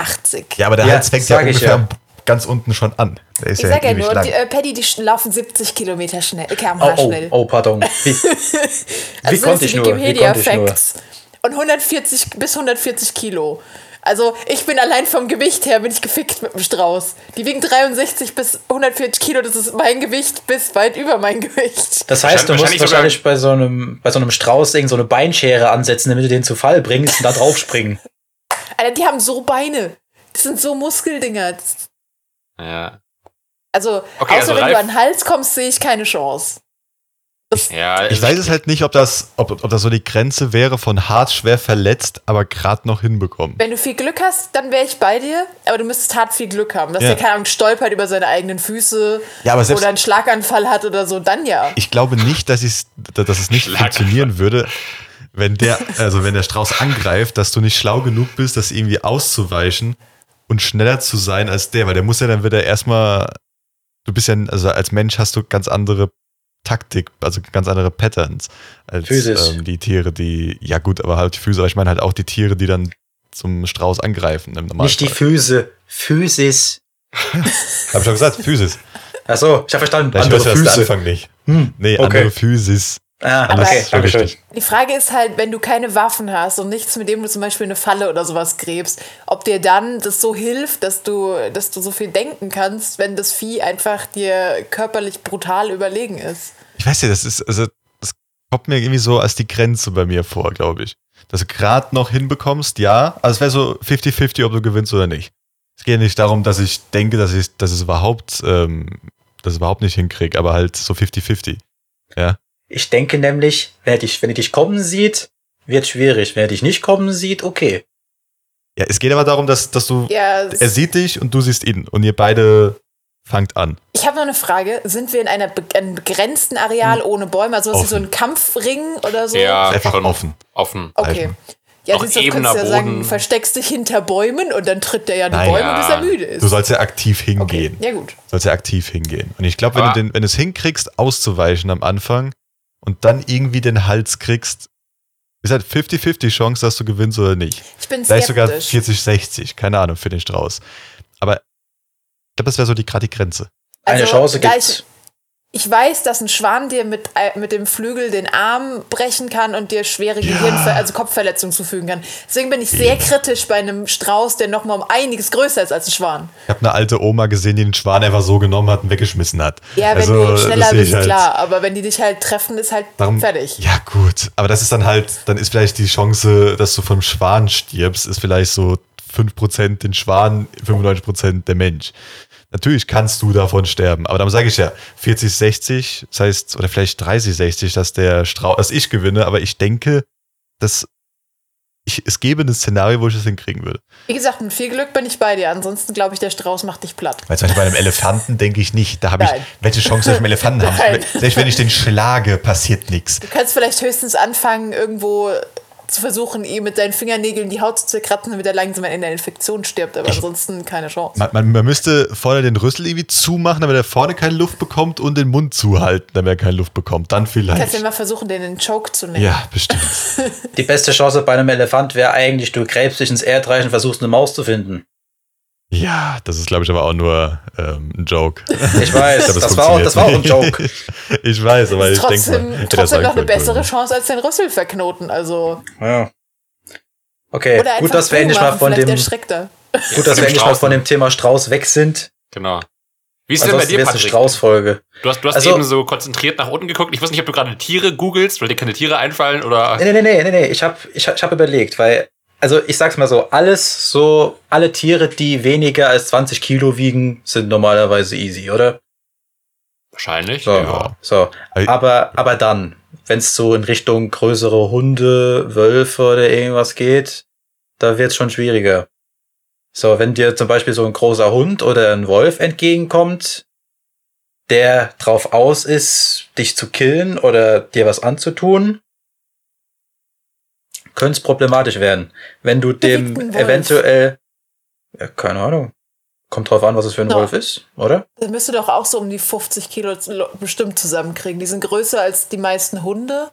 [SPEAKER 5] Ja, aber der
[SPEAKER 4] Ja,
[SPEAKER 5] Hals fängt ja
[SPEAKER 4] sag ich
[SPEAKER 5] ungefähr
[SPEAKER 4] ja.
[SPEAKER 5] am- ganz unten schon an. Der ist
[SPEAKER 3] Ich
[SPEAKER 5] ja
[SPEAKER 3] sag ja
[SPEAKER 5] ewig
[SPEAKER 3] nur,
[SPEAKER 5] lang.
[SPEAKER 3] die, äh, Paddy, die sch- laufen 70 Kilometer schnell, äh,
[SPEAKER 4] Oh,
[SPEAKER 3] kmh
[SPEAKER 4] oh,
[SPEAKER 3] schnell.
[SPEAKER 4] oh, pardon.
[SPEAKER 3] (laughs)
[SPEAKER 4] Wie, wie
[SPEAKER 3] Also
[SPEAKER 4] konnte
[SPEAKER 3] das
[SPEAKER 4] ich
[SPEAKER 3] sind die
[SPEAKER 4] nur? Wie konnte ich nur?
[SPEAKER 3] Wikipedia-Facts. Und 140 bis 140 Kilo. Also ich bin allein vom Gewicht her, bin ich gefickt mit dem Strauß. Die wiegen 63 bis 140 Kilo, das ist mein Gewicht bis weit über mein (laughs) Gewicht.
[SPEAKER 4] Das heißt, du musst
[SPEAKER 2] Wahrscheinlich sogar-
[SPEAKER 4] wahrscheinlich bei so einem, bei so einem Strauß irgend so eine Beinschere ansetzen, damit du den zu Fall bringst und da drauf
[SPEAKER 5] (laughs)
[SPEAKER 4] springen.
[SPEAKER 3] Alter, die haben so Beine. Das sind so Muskeldinger. Das-
[SPEAKER 2] Ja.
[SPEAKER 3] Also,
[SPEAKER 2] Okay,
[SPEAKER 3] außer
[SPEAKER 2] also
[SPEAKER 3] wenn
[SPEAKER 2] Ralf-
[SPEAKER 3] du an den Hals kommst, sehe ich keine Chance.
[SPEAKER 2] ja
[SPEAKER 5] Ich weiß es halt nicht, ob das, ob, ob das so die Grenze wäre von hart schwer verletzt, aber gerade noch hinbekommen.
[SPEAKER 3] Wenn du viel Glück hast, dann wäre ich bei dir, aber du müsstest hart viel Glück haben, dass
[SPEAKER 5] Ja.
[SPEAKER 3] der keine Ahnung stolpert über seine eigenen Füße
[SPEAKER 5] Ja, aber selbst-
[SPEAKER 3] oder einen Schlaganfall hat oder so, dann ja.
[SPEAKER 5] Ich glaube nicht, dass, ich's, dass es nicht
[SPEAKER 2] Schlaganfall.
[SPEAKER 5] funktionieren würde, wenn der, also wenn der Strauß angreift, dass du nicht schlau genug bist, das irgendwie auszuweichen und schneller zu sein als der, weil der muss ja dann wieder erstmal, du bist ja, also als Mensch hast du ganz andere Taktik, also ganz andere Patterns als
[SPEAKER 4] Physisch.
[SPEAKER 5] ähm, die Tiere, die, ja gut, aber halt Füße, aber ich meine halt auch die Tiere, die dann zum Strauß angreifen im
[SPEAKER 4] Nicht die
[SPEAKER 5] Normalfall.
[SPEAKER 4] Füße. Physis.
[SPEAKER 5] Hab ich schon gesagt, Physis.
[SPEAKER 4] Achso, ich habe verstanden.
[SPEAKER 5] Vielleicht
[SPEAKER 4] andere
[SPEAKER 5] hörst du das
[SPEAKER 4] Füße.
[SPEAKER 5] Anfang nicht.
[SPEAKER 4] Hm.
[SPEAKER 5] Nee,
[SPEAKER 4] Okay.
[SPEAKER 5] andere Physis.
[SPEAKER 4] Ah,
[SPEAKER 3] Alles
[SPEAKER 4] okay,
[SPEAKER 5] schon
[SPEAKER 4] danke schön.
[SPEAKER 5] richtig.
[SPEAKER 3] Die Frage ist halt, wenn du keine Waffen hast und nichts, mit dem du zum Beispiel eine Falle oder sowas gräbst, ob dir dann das so hilft, dass du, dass du so viel denken kannst, wenn das Vieh einfach dir körperlich brutal überlegen ist.
[SPEAKER 5] Ich weiß ja, das ist, also, das kommt mir irgendwie so als die Grenze bei mir vor, glaube ich. Dass du gerade noch hinbekommst, ja. Also es wäre so 50-50, ob du gewinnst oder nicht. Es geht nicht darum, dass ich denke, dass ich, dass es überhaupt, ähm, dass ich überhaupt nicht hinkriege, aber halt so 50-50.
[SPEAKER 4] Ich denke nämlich, wenn er dich, wenn er dich kommen sieht, wird schwierig. Wenn er dich nicht kommen sieht, okay.
[SPEAKER 5] Ja, es geht aber darum, dass, dass du,
[SPEAKER 3] Ja,
[SPEAKER 5] er sieht dich und du siehst ihn und ihr beide fangt an.
[SPEAKER 3] ich habe noch eine Frage. Sind wir in einer be einem begrenzten
[SPEAKER 5] Hm.
[SPEAKER 3] Areal ohne Bäume? Also ist es so
[SPEAKER 5] Offen.
[SPEAKER 3] ein Kampfring oder so?
[SPEAKER 2] ja,
[SPEAKER 5] Einfach
[SPEAKER 2] schon
[SPEAKER 5] offen.
[SPEAKER 2] offen.
[SPEAKER 3] Okay.
[SPEAKER 5] Alpen.
[SPEAKER 3] Ja,
[SPEAKER 2] Noch
[SPEAKER 3] siehst du, du
[SPEAKER 2] ebener
[SPEAKER 3] kannst ja sagen,
[SPEAKER 2] Boden.
[SPEAKER 3] du versteckst dich hinter Bäumen und dann tritt der ja die
[SPEAKER 5] Nein.
[SPEAKER 3] Bäume,
[SPEAKER 2] Ja.
[SPEAKER 3] bis er müde ist.
[SPEAKER 5] Du sollst ja aktiv hingehen.
[SPEAKER 3] okay. Ja, gut.
[SPEAKER 5] sollst ja aktiv hingehen. Und ich glaube, wenn,
[SPEAKER 2] Aber-
[SPEAKER 5] du den- wenn du es hinkriegst, auszuweichen am Anfang und dann irgendwie den Hals kriegst, ist halt 50-50 Chance, dass du gewinnst oder nicht.
[SPEAKER 3] Ich bin
[SPEAKER 5] Vielleicht sogar
[SPEAKER 3] skeptisch.
[SPEAKER 5] 40-60, keine Ahnung, für den Strauß. Aber ich glaube, das wäre so die, gerade die Grenze.
[SPEAKER 4] Eine
[SPEAKER 3] Also,
[SPEAKER 4] Chance
[SPEAKER 3] da
[SPEAKER 4] gibt's.
[SPEAKER 3] ich- Ich weiß, dass ein Schwan dir mit, äh, mit dem Flügel den Arm brechen kann und dir schwere
[SPEAKER 5] Ja.
[SPEAKER 3] Gehirnver also Kopfverletzungen zufügen kann. Deswegen bin ich sehr kritisch bei einem Strauß, der nochmal um einiges größer ist als ein Schwan.
[SPEAKER 5] Ich habe eine alte Oma gesehen, die den Schwan einfach so genommen hat und weggeschmissen hat.
[SPEAKER 3] Ja, wenn
[SPEAKER 5] Also,
[SPEAKER 3] du
[SPEAKER 5] das
[SPEAKER 3] schneller
[SPEAKER 5] sehe ich
[SPEAKER 3] bist,
[SPEAKER 5] halt.
[SPEAKER 3] klar. Aber wenn die dich halt treffen, ist halt
[SPEAKER 5] Darum,
[SPEAKER 3] fertig.
[SPEAKER 5] Ja, gut. Aber das ist dann halt, dann ist vielleicht die Chance, dass du vom Schwan stirbst, ist vielleicht so 5% den Schwan, 95% der Mensch. Natürlich kannst du davon sterben, aber dann sage ich ja 40, 60, das heißt, oder vielleicht 30, 60, dass der Strauß, dass ich gewinne, aber ich denke, dass ich, es gäbe ein Szenario, wo ich das hinkriegen würde.
[SPEAKER 3] Wie gesagt, mit viel Glück bin ich bei dir. Ansonsten glaube ich, der Strauß macht dich platt.
[SPEAKER 5] Weil zum Beispiel bei einem Elefanten denke ich nicht, da habe ich,
[SPEAKER 3] Nein.
[SPEAKER 5] welche Chance soll ich mit einem Elefanten haben?
[SPEAKER 3] Nein.
[SPEAKER 5] Selbst wenn ich den schlage, passiert nichts.
[SPEAKER 3] Du kannst vielleicht höchstens anfangen, irgendwo zu versuchen, ihm mit deinen Fingernägeln die Haut zu zerkratzen, damit er langsam an einer Infektion stirbt. Aber ansonsten keine Chance.
[SPEAKER 5] Man, man, man müsste vorne den Rüssel irgendwie zumachen, damit er vorne keine Luft bekommt und den Mund zuhalten, damit er keine Luft bekommt. Dann
[SPEAKER 3] Kannst du
[SPEAKER 5] vielleicht.
[SPEAKER 3] mal versuchen, den in den Choke zu nehmen.
[SPEAKER 5] Ja, bestimmt.
[SPEAKER 4] Die beste Chance bei einem Elefant wäre eigentlich, du gräbst dich ins Erdreich und versuchst eine Maus zu finden.
[SPEAKER 5] Ja, das ist, glaube ich, aber auch nur ähm, ein Joke. (laughs)
[SPEAKER 4] Ich weiß,
[SPEAKER 5] glaub,
[SPEAKER 4] das, war auch, das war auch ein
[SPEAKER 5] funktioniert
[SPEAKER 4] Joke.
[SPEAKER 5] nicht. (laughs) ich weiß, aber ich denke mal.
[SPEAKER 3] trotzdem
[SPEAKER 5] hätte das
[SPEAKER 3] trotzdem
[SPEAKER 5] sein
[SPEAKER 3] noch eine
[SPEAKER 5] können.
[SPEAKER 3] bessere Chance als den Rüssel verknoten. Also
[SPEAKER 4] Ja. Okay,
[SPEAKER 3] oder einfach
[SPEAKER 4] gut, dass wir
[SPEAKER 3] Puma,
[SPEAKER 4] endlich mal von
[SPEAKER 3] vielleicht
[SPEAKER 4] dem, gut,
[SPEAKER 3] erschreckt er.
[SPEAKER 4] dass wir
[SPEAKER 2] dem
[SPEAKER 4] endlich mal
[SPEAKER 2] Strauß.
[SPEAKER 4] von dem Thema Strauß weg sind.
[SPEAKER 2] Genau. Wie ist es denn bei
[SPEAKER 4] Ansonsten
[SPEAKER 2] dir,
[SPEAKER 4] wäre es eine
[SPEAKER 2] Patrick?
[SPEAKER 4] Straußfolge.
[SPEAKER 2] Du hast, du hast
[SPEAKER 4] Also-
[SPEAKER 2] eben so konzentriert nach unten geguckt. Ich weiß nicht, ob du gerade Tiere googelst, weil dir keine Tiere einfallen oder.
[SPEAKER 4] Nee, nee, nee, nee, nee, ich habe ich hab, ich hab überlegt, weil, also ich sag's mal so, alles so, alle Tiere, die weniger als 20 Kilo wiegen, sind normalerweise easy, oder?
[SPEAKER 2] Wahrscheinlich.
[SPEAKER 4] So,
[SPEAKER 5] Ja.
[SPEAKER 4] so.
[SPEAKER 5] Ey.
[SPEAKER 4] Aber, aber dann, wenn es so in Richtung größere Hunde, Wölfe oder irgendwas geht, da wird's schon schwieriger. So, wenn dir zum Beispiel so ein großer Hund oder ein Wolf entgegenkommt, der drauf aus ist, dich zu killen oder dir was anzutun, könnte es problematisch werden. Wenn du dem
[SPEAKER 3] Bewegten Wolf.
[SPEAKER 4] eventuell, ja, keine Ahnung, kommt drauf an, was es für ein
[SPEAKER 3] Ja.
[SPEAKER 4] Wolf ist, oder?
[SPEAKER 3] Das müsste doch auch so um die 50 Kilo z- lo- bestimmt zusammenkriegen. Die sind größer als die meisten Hunde.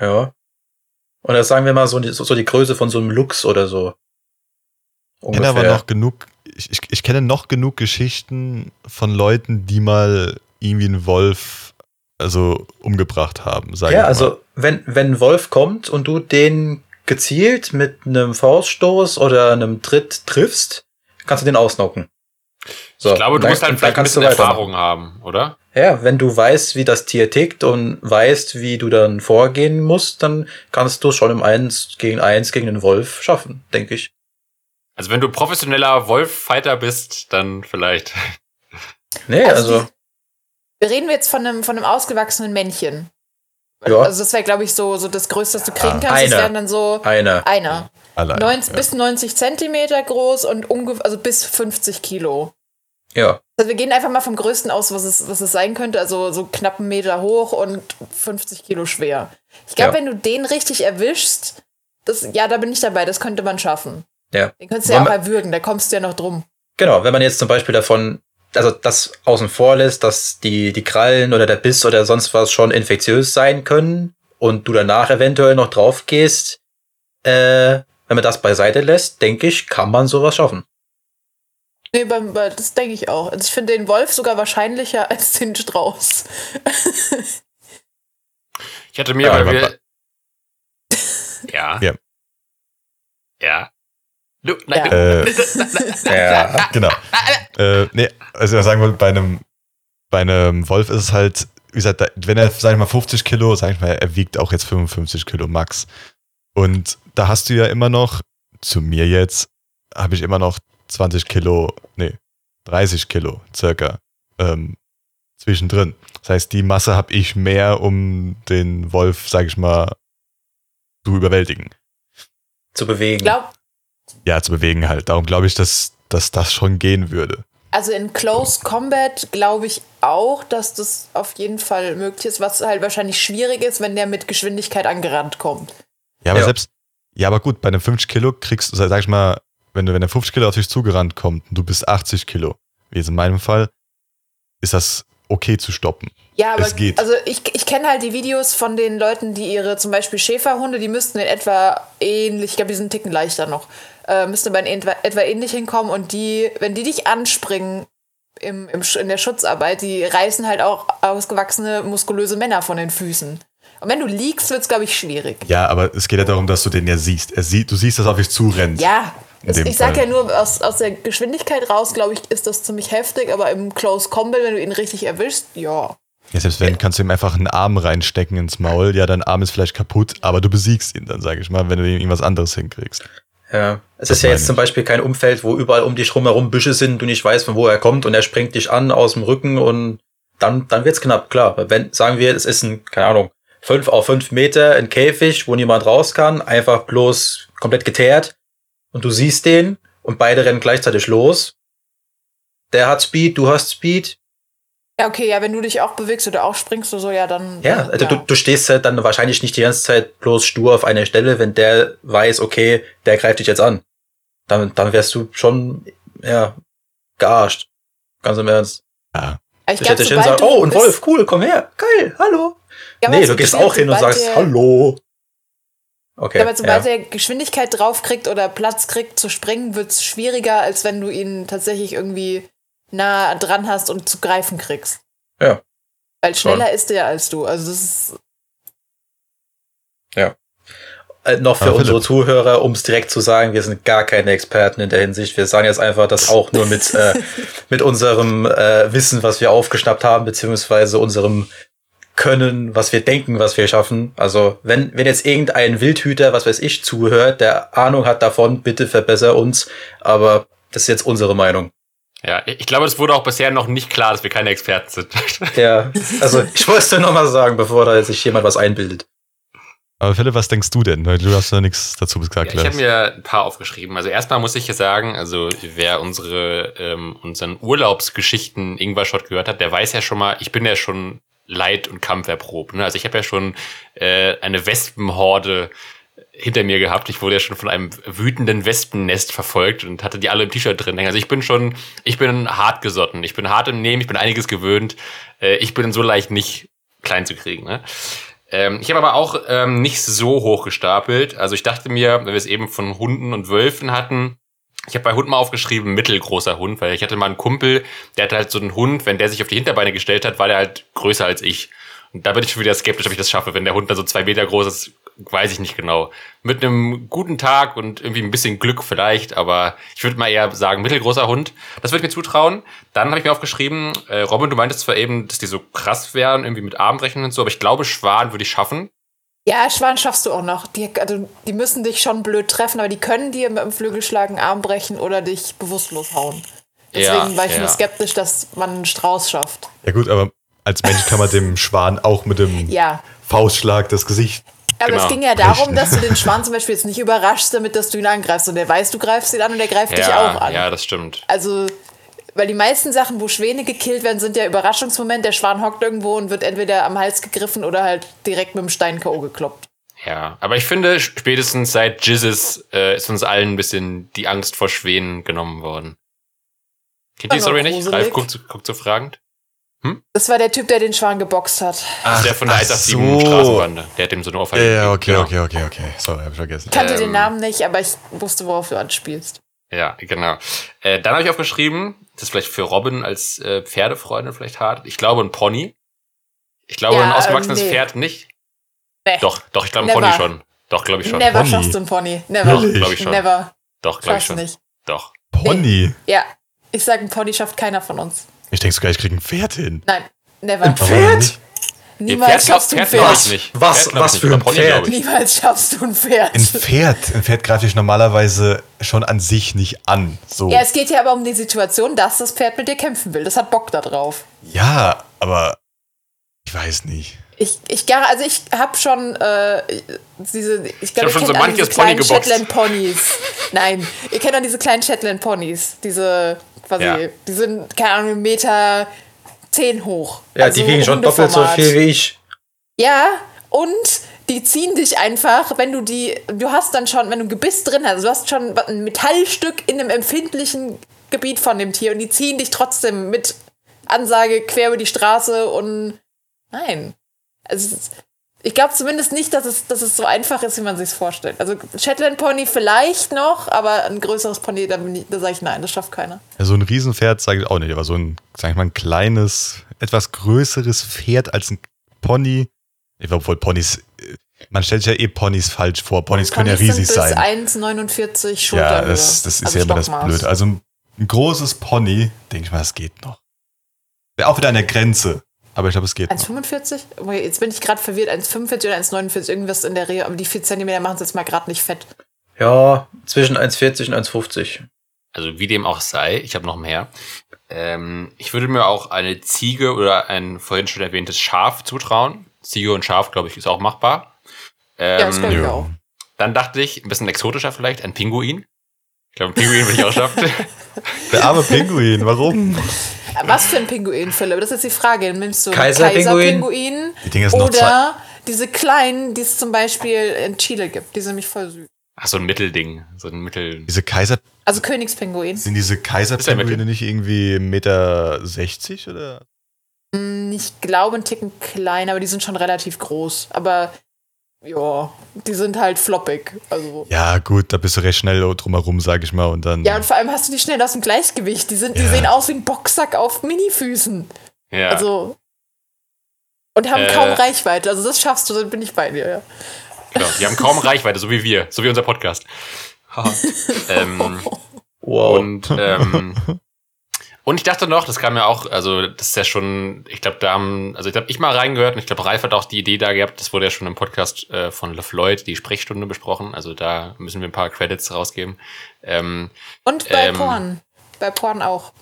[SPEAKER 4] Ja. Oder sagen wir mal so, die- so so die Größe von so einem Luchs oder so.
[SPEAKER 5] Ich kenne Genau, aber noch genug, ich, ich, ich kenne noch genug Geschichten von Leuten, die mal irgendwie einen Wolf also umgebracht haben, sage
[SPEAKER 4] Ja,
[SPEAKER 5] ich mal.
[SPEAKER 4] also wenn, wenn ein Wolf kommt und du den gezielt mit einem Fauststoß oder einem Tritt triffst, kannst du den ausnocken. So,
[SPEAKER 2] ich glaube, du
[SPEAKER 4] dann-
[SPEAKER 2] musst halt
[SPEAKER 4] dann
[SPEAKER 2] vielleicht ein
[SPEAKER 4] kannst du
[SPEAKER 2] bisschen
[SPEAKER 4] weitermachen.
[SPEAKER 2] Erfahrung haben, oder?
[SPEAKER 4] Ja, wenn du weißt, wie das Tier tickt und weißt, wie du dann vorgehen musst, dann kannst du schon im Eins gegen Eins gegen den Wolf schaffen, denke ich.
[SPEAKER 2] Also wenn du professioneller Wolf-Fighter bist, dann vielleicht.
[SPEAKER 4] Nee,
[SPEAKER 3] Also
[SPEAKER 4] also,
[SPEAKER 3] die- Reden wir jetzt von einem, von einem ausgewachsenen Männchen.
[SPEAKER 4] ja,
[SPEAKER 3] Also das wäre, glaube ich, so, so das Größte, was du kriegen kannst.
[SPEAKER 4] einer.
[SPEAKER 3] Das wären dann so
[SPEAKER 4] einer.
[SPEAKER 3] einer.
[SPEAKER 5] Allein.
[SPEAKER 3] 90,
[SPEAKER 5] ja.
[SPEAKER 3] Bis 90 Zentimeter groß und ungefähr, also bis 50 Kilo.
[SPEAKER 4] Ja,
[SPEAKER 3] Also wir gehen einfach mal vom Größten aus, was es, was es sein könnte. Also so knapp einen Meter hoch und 50 Kilo schwer. Ich glaube,
[SPEAKER 4] Ja.
[SPEAKER 3] wenn du den richtig erwischst, das, ja, da bin ich dabei, das könnte man schaffen.
[SPEAKER 4] ja.
[SPEAKER 3] Den könntest du ja
[SPEAKER 4] Wenn
[SPEAKER 3] auch
[SPEAKER 4] man-
[SPEAKER 3] erwürgen, da kommst du ja noch drum.
[SPEAKER 4] Genau, wenn man jetzt zum Beispiel davon, also das außen vor lässt, dass die, die Krallen oder der Biss oder sonst was schon infektiös sein können und du danach eventuell noch drauf gehst, äh, wenn man das beiseite lässt, denke ich, kann man sowas schaffen.
[SPEAKER 3] Nee, beim, bei, das denke ich auch. Also ich finde den Wolf sogar wahrscheinlicher (laughs) als den Strauß.
[SPEAKER 2] Ich hatte mir,
[SPEAKER 4] Ja,
[SPEAKER 2] weil
[SPEAKER 5] aber-
[SPEAKER 2] wir. Ja.
[SPEAKER 5] Ja.
[SPEAKER 2] Ja. Du, nein,
[SPEAKER 3] Ja.
[SPEAKER 2] du-
[SPEAKER 5] Äh,
[SPEAKER 4] Ja.
[SPEAKER 5] (laughs) genau. äh, nee, also was ich sagen wollte, bei einem, bei einem Wolf ist es halt, wie gesagt, da- wenn er, sag ich mal, 50 Kilo, sag ich mal, er wiegt auch jetzt 55 Kilo max. Und da hast du ja immer noch, zu mir jetzt, habe ich immer noch 20 Kilo, nee, 30 Kilo circa ähm, zwischendrin. Das heißt, die Masse habe ich mehr, um den Wolf, sag ich mal, zu überwältigen
[SPEAKER 4] Zu bewegen.
[SPEAKER 3] Ich glaube,
[SPEAKER 5] ja, zu bewegen halt. Darum glaube ich, dass, dass das schon gehen würde.
[SPEAKER 3] Also in Close Combat glaube ich auch, dass das auf jeden Fall möglich ist, was halt wahrscheinlich schwierig ist, wenn der mit Geschwindigkeit angerannt kommt.
[SPEAKER 5] Ja, aber
[SPEAKER 4] Ja.
[SPEAKER 5] selbst, ja, aber gut, bei einem 50 Kilo kriegst du, sag ich mal, wenn du, wenn der 50 Kilo auf dich zugerannt kommt und du bist 80 Kilo, wie jetzt in meinem Fall, ist das okay zu stoppen.
[SPEAKER 3] Ja, aber
[SPEAKER 5] Es geht.
[SPEAKER 3] also ich, ich kenne halt die Videos von den Leuten, die ihre zum Beispiel Schäferhunde, die müssten in etwa ähnlich, ich glaube, die sind einen Ticken leichter noch, äh, müssten aber in etwa, etwa ähnlich hinkommen und die, wenn die dich anspringen im, im, Sch- in der Schutzarbeit, die reißen halt auch ausgewachsene, muskulöse Männer von den Füßen. Und wenn du liegst, wird es, glaube ich, schwierig.
[SPEAKER 5] Ja, aber es geht ja darum, dass du den ja siehst. Er sieht, du siehst, dass er auf dich zurennt.
[SPEAKER 3] Ja,
[SPEAKER 5] In
[SPEAKER 3] es,
[SPEAKER 5] dem
[SPEAKER 3] ich sag
[SPEAKER 5] Fall.
[SPEAKER 3] ja nur, aus, aus der Geschwindigkeit raus, glaube ich, ist das ziemlich heftig, aber im Close Combat, wenn du ihn richtig erwischst, ja.
[SPEAKER 5] ja selbst wenn, kannst du ihm einfach einen Arm reinstecken ins Maul. Ja, dein Arm ist vielleicht kaputt, aber du besiegst ihn dann, sag ich mal, wenn du ihm irgendwas anderes hinkriegst.
[SPEAKER 4] Ja. Es
[SPEAKER 5] Das
[SPEAKER 4] ist ja
[SPEAKER 5] meine
[SPEAKER 4] jetzt
[SPEAKER 5] ich.
[SPEAKER 4] zum Beispiel kein Umfeld, wo überall um dich rumherum Büsche sind, du nicht weißt, von wo er kommt und er springt dich an aus dem Rücken und dann, dann wird's knapp, klar. Aber Wenn, sagen wir, es ist ein, keine Ahnung, fünf auf fünf Meter ein Käfig, wo niemand raus kann, einfach bloß komplett geteert und du siehst den und beide rennen gleichzeitig los. Der hat Speed, du hast Speed.
[SPEAKER 3] Ja, okay, ja, wenn du dich auch bewegst oder auch springst oder so, ja, dann.
[SPEAKER 4] Ja,
[SPEAKER 3] dann,
[SPEAKER 4] also Du, du stehst halt dann wahrscheinlich nicht die ganze Zeit bloß stur auf einer Stelle, wenn der weiß, okay, der greift dich jetzt an. Dann, dann wärst du schon, ja, gearscht. Ganz im Ernst.
[SPEAKER 3] Aber
[SPEAKER 4] Ich,
[SPEAKER 3] glaub,
[SPEAKER 4] hätte schön
[SPEAKER 3] sobald
[SPEAKER 4] sagen,
[SPEAKER 3] du
[SPEAKER 4] oh, ein
[SPEAKER 3] bist-
[SPEAKER 4] Wolf, cool, komm her, geil, hallo.
[SPEAKER 3] Ja, aber
[SPEAKER 4] nee, du
[SPEAKER 3] sobald
[SPEAKER 4] gehst
[SPEAKER 3] der-
[SPEAKER 4] auch hin und
[SPEAKER 3] sobald
[SPEAKER 4] sagst,
[SPEAKER 3] der-
[SPEAKER 4] hallo. Okay.
[SPEAKER 3] Ja, aber sobald
[SPEAKER 4] ja.
[SPEAKER 3] er Geschwindigkeit drauf kriegt oder Platz kriegt zu springen, wird es schwieriger, als wenn du ihn tatsächlich irgendwie nah dran hast und zu greifen kriegst.
[SPEAKER 4] Ja.
[SPEAKER 3] Weil
[SPEAKER 4] Schon.
[SPEAKER 3] schneller ist er als du. Also das ist
[SPEAKER 4] Äh, noch für
[SPEAKER 5] Ah, Philipp.
[SPEAKER 4] unsere Zuhörer, um es direkt zu sagen, wir sind gar keine Experten in der Hinsicht. Wir sagen jetzt einfach das auch nur mit, äh, mit unserem äh, Wissen, was wir aufgeschnappt haben, beziehungsweise unserem Können, was wir denken, was wir schaffen. Also, wenn, wenn jetzt irgendein Wildhüter, was weiß ich, zuhört, der Ahnung hat davon, bitte verbessere uns. Aber das ist jetzt unsere Meinung.
[SPEAKER 2] ja, ich ich glaube, es wurde auch bisher noch nicht klar, dass wir keine Experten sind.
[SPEAKER 4] Ja, also ich wollte es nur noch mal sagen, bevor da sich jemand was einbildet.
[SPEAKER 5] Aber Philipp, was denkst du denn? Weil du hast ja nichts dazu gesagt.
[SPEAKER 2] Ja, ich habe
[SPEAKER 5] Lars.
[SPEAKER 2] mir ein paar aufgeschrieben. Also erstmal muss ich ja sagen, also wer unsere ähm, unseren Urlaubsgeschichten Ingwer-Shot gehört hat, der weiß ja schon mal, ich bin ja schon leid und kampferprobt. Ne? Also ich habe ja schon äh, eine Wespenhorde hinter mir gehabt. Ich wurde ja schon von einem wütenden Wespennest verfolgt und hatte die alle im T-Shirt drin. Also ich bin schon, ich bin hart gesotten. Ich bin hart im Nehmen, ich bin einiges gewöhnt. Äh, ich bin so leicht nicht klein zu kriegen. Ne? Ähm, ich habe aber auch ähm, nicht so hoch gestapelt. Also ich dachte mir, weil wir es eben von Hunden und Wölfen hatten, ich habe bei Hunden mal aufgeschrieben, mittelgroßer Hund, weil ich hatte mal einen Kumpel, der hatte halt so einen Hund, wenn der sich auf die Hinterbeine gestellt hat, war der halt größer als ich. Und da bin ich schon wieder skeptisch, ob ich das schaffe. Wenn der Hund dann so zwei Meter groß ist, weiß ich nicht genau. Mit einem guten Tag und irgendwie ein bisschen Glück vielleicht, aber ich würde mal eher sagen, mittelgroßer Hund. Das würde ich mir zutrauen. Dann habe ich mir aufgeschrieben, äh, Robin, du meintest zwar eben, dass die so krass wären, irgendwie mit Armbrechen und so, aber ich glaube, Schwan würde ich schaffen.
[SPEAKER 3] Ja, Schwan schaffst du auch noch. Die, also, die müssen dich schon blöd treffen, aber die können dir mit dem Flügel schlagen, Arm brechen oder dich bewusstlos hauen. Deswegen
[SPEAKER 2] Ja,
[SPEAKER 3] war ich
[SPEAKER 2] ja.
[SPEAKER 3] nur skeptisch, dass man einen Strauß schafft.
[SPEAKER 5] Ja gut, aber als Mensch kann man dem Schwan auch mit dem
[SPEAKER 3] Ja.
[SPEAKER 5] Faustschlag das Gesicht.
[SPEAKER 3] Aber
[SPEAKER 2] Genau.
[SPEAKER 3] es ging ja darum, dass du den Schwan zum Beispiel jetzt nicht überraschst, damit dass du ihn angreifst. Und der weiß, du greifst ihn an und der greift dich
[SPEAKER 2] ja,
[SPEAKER 3] auch an.
[SPEAKER 2] ja, das stimmt.
[SPEAKER 3] Also, weil die meisten Sachen, wo Schwäne gekillt werden, sind ja Überraschungsmoment. Der Schwan hockt irgendwo und wird entweder am Hals gegriffen oder halt direkt mit dem Stein K.O. gekloppt.
[SPEAKER 2] Ja, aber ich finde, spätestens seit Jizzes äh, ist uns allen ein bisschen die Angst vor Schwänen genommen worden. Kennt ihr die
[SPEAKER 3] War
[SPEAKER 2] Story
[SPEAKER 3] noch
[SPEAKER 2] nicht?
[SPEAKER 3] gruselig.
[SPEAKER 2] Ralf guckt, so- guckt so fragend.
[SPEAKER 3] Das war der Typ, der den Schwan geboxt hat.
[SPEAKER 2] Ach, Also der von der
[SPEAKER 5] ach
[SPEAKER 2] 187
[SPEAKER 5] so.
[SPEAKER 2] Straßenbande. Der hat ihm so eine Ohrfeige.
[SPEAKER 5] Ja,
[SPEAKER 2] gegeben.
[SPEAKER 5] okay,
[SPEAKER 2] Genau.
[SPEAKER 5] okay, okay, okay. Sorry, hab ich vergessen.
[SPEAKER 3] Ich kannte
[SPEAKER 2] Ähm.
[SPEAKER 3] den Namen nicht, aber ich wusste, worauf du anspielst.
[SPEAKER 2] Ja, genau. Äh, dann habe ich aufgeschrieben, das ist vielleicht für Robin als äh, Pferdefreundin vielleicht hart. Ich glaube, ein Pony. Ich glaube,
[SPEAKER 3] Ja,
[SPEAKER 2] ein ausgewachsenes
[SPEAKER 3] ähm, nee.
[SPEAKER 2] Pferd nicht.
[SPEAKER 3] Nee.
[SPEAKER 2] Doch, doch, ich glaube, ein
[SPEAKER 3] Never.
[SPEAKER 2] Pony schon. Doch, glaube ich schon.
[SPEAKER 3] Never
[SPEAKER 5] Pony.
[SPEAKER 3] schaffst du einen Pony.
[SPEAKER 2] Doch,
[SPEAKER 3] Never.
[SPEAKER 2] glaube ich schon.
[SPEAKER 3] Never.
[SPEAKER 2] Doch, glaube ich
[SPEAKER 3] Schaffst
[SPEAKER 2] schon.
[SPEAKER 3] nicht.
[SPEAKER 2] Doch.
[SPEAKER 5] Pony.
[SPEAKER 3] Ja. Ich sag, ein Pony schafft keiner von uns.
[SPEAKER 5] Ich denke sogar, ich krieg ein Pferd hin.
[SPEAKER 3] Nein. Never.
[SPEAKER 5] Aber
[SPEAKER 4] Pferd?
[SPEAKER 5] nicht-
[SPEAKER 2] Nee,
[SPEAKER 3] Niemals schaffst du ein
[SPEAKER 2] glaub
[SPEAKER 3] Pferd.
[SPEAKER 2] ich nicht.
[SPEAKER 4] Was-
[SPEAKER 2] Pferd glaub ich
[SPEAKER 4] was
[SPEAKER 2] nicht,
[SPEAKER 4] für
[SPEAKER 2] aber
[SPEAKER 4] ein
[SPEAKER 2] Pony,
[SPEAKER 4] Pferd?
[SPEAKER 2] glaub ich.
[SPEAKER 3] Niemals schaffst du ein Pferd.
[SPEAKER 5] Ein Pferd. Ein Pferd greife ich normalerweise schon an sich nicht an. So.
[SPEAKER 3] Ja, es geht ja aber um die Situation, dass das Pferd mit dir kämpfen will. Das hat Bock da drauf.
[SPEAKER 5] Ja, aber ich weiß nicht.
[SPEAKER 3] Ich, ich gar, also ich habe schon äh, diese, ich
[SPEAKER 2] hab
[SPEAKER 3] glaube,
[SPEAKER 2] schon
[SPEAKER 3] ihr
[SPEAKER 2] so
[SPEAKER 3] kennt alle
[SPEAKER 2] manches
[SPEAKER 3] diese
[SPEAKER 2] Pony
[SPEAKER 3] kleinen
[SPEAKER 2] geboxt.
[SPEAKER 3] Shetland Ponys. Nein, ihr kennt auch diese kleinen Shetland Ponys. Diese, quasi,
[SPEAKER 2] Ja.
[SPEAKER 3] die sind, keine Ahnung, einen Meter zehn hoch. Also
[SPEAKER 4] Ja, die wiegen schon doppelt so
[SPEAKER 3] Hundeformat.
[SPEAKER 4] viel wie ich.
[SPEAKER 3] Ja, und die ziehen dich einfach, wenn du die, du hast dann schon, wenn du ein Gebiss drin hast, du hast schon ein Metallstück in einem empfindlichen Gebiet von dem Tier und die ziehen dich trotzdem mit Ansage quer über die Straße und nein. Also, es ist- ich glaube zumindest nicht, dass es, dass es so einfach ist, wie man sich vorstellt. Also Shetland Pony vielleicht noch, aber ein größeres Pony, da, bin ich- da sage ich nein, das schafft keiner.
[SPEAKER 5] Ja, so ein Riesenpferd sage ich auch nicht, aber so ein, sag ich mal, ein kleines, etwas größeres Pferd als ein Pony. Ich glaube, wohl Ponys. äh, Man stellt sich ja eh Ponys falsch vor. Ponys können ja
[SPEAKER 3] Ponys
[SPEAKER 5] riesig
[SPEAKER 3] sind
[SPEAKER 5] sein.
[SPEAKER 3] Bis 1,49
[SPEAKER 5] Ja,
[SPEAKER 3] Schulterhöhe.
[SPEAKER 5] das, das ist
[SPEAKER 3] Also
[SPEAKER 5] ja immer das
[SPEAKER 3] Stockmaß.
[SPEAKER 5] Blöde. Also ein ein großes Pony, denke ich mal, es geht noch. Wäre auch wieder an der Grenze, aber ich glaube, es geht noch.
[SPEAKER 3] 1,45? Oh, Jetzt bin ich gerade verwirrt. 1,45 oder 1,49, irgendwas in der Rehe. Aber die 4 cm machen es jetzt mal gerade nicht fett.
[SPEAKER 4] Ja, zwischen 1,40 und 1,50.
[SPEAKER 2] Also wie dem auch sei, ich habe noch mehr. Ähm, ich würde mir auch eine Ziege oder ein vorhin schon erwähntes Schaf zutrauen. Ziege und Schaf, glaube ich, ist auch machbar.
[SPEAKER 3] Ja, das
[SPEAKER 2] Ähm,
[SPEAKER 3] glaube ich
[SPEAKER 5] ja.
[SPEAKER 3] auch.
[SPEAKER 2] dann dachte ich, ein bisschen exotischer vielleicht, ein Pinguin. Ich glaube, ein Pinguin würde ich auch
[SPEAKER 3] (laughs)
[SPEAKER 2] schaffen.
[SPEAKER 5] Der arme Pinguin, warum?
[SPEAKER 3] Was für ein Pinguin, Philipp? Das ist die Frage. Nimmst du einen
[SPEAKER 4] Kaiserpinguin?
[SPEAKER 3] Kaiserpinguin
[SPEAKER 5] Die Dinger sind noch zwei.
[SPEAKER 3] oder diese kleinen, die es zum Beispiel in Chile gibt? Die sind nämlich voll süß.
[SPEAKER 2] Ach, so ein Mittelding. So ein Mittel.
[SPEAKER 5] Diese Kaiser,
[SPEAKER 3] Also Königspinguin.
[SPEAKER 5] sind diese Kaiserpinguine nicht irgendwie 1,60 Meter oder?
[SPEAKER 3] Ich glaube, einen Ticken klein, aber die sind schon relativ groß. Aber ja, die sind halt floppig. Also.
[SPEAKER 5] Ja, gut, da bist du recht schnell drumherum, sage ich mal, und dann.
[SPEAKER 3] Ja, und vor allem hast du die schnell aus dem Gleichgewicht. Die, sind, die
[SPEAKER 5] Ja.
[SPEAKER 3] sehen aus wie ein Boxsack auf Minifüßen.
[SPEAKER 2] Ja.
[SPEAKER 3] Also. Und haben
[SPEAKER 2] Äh.
[SPEAKER 3] kaum Reichweite. Also das schaffst du, dann bin ich bei dir, ja.
[SPEAKER 2] genau. Die haben
[SPEAKER 3] (laughs)
[SPEAKER 2] kaum Reichweite, so wie wir, so wie unser Podcast.
[SPEAKER 3] Oh.
[SPEAKER 2] Haha.
[SPEAKER 3] (laughs)
[SPEAKER 2] ähm,
[SPEAKER 4] Wow.
[SPEAKER 2] Und, ähm, und ich dachte noch, das kam ja auch, also das ist ja schon, ich glaube, da haben, also ich glaube, ich mal reingehört und ich glaube, Ralf hat auch die Idee da gehabt, das wurde ja schon im Podcast äh, von LeFloid, die Sprechstunde besprochen, also da müssen wir ein paar Credits rausgeben. Ähm,
[SPEAKER 3] Und bei
[SPEAKER 2] Ähm.
[SPEAKER 3] Porn. Bei Porn auch.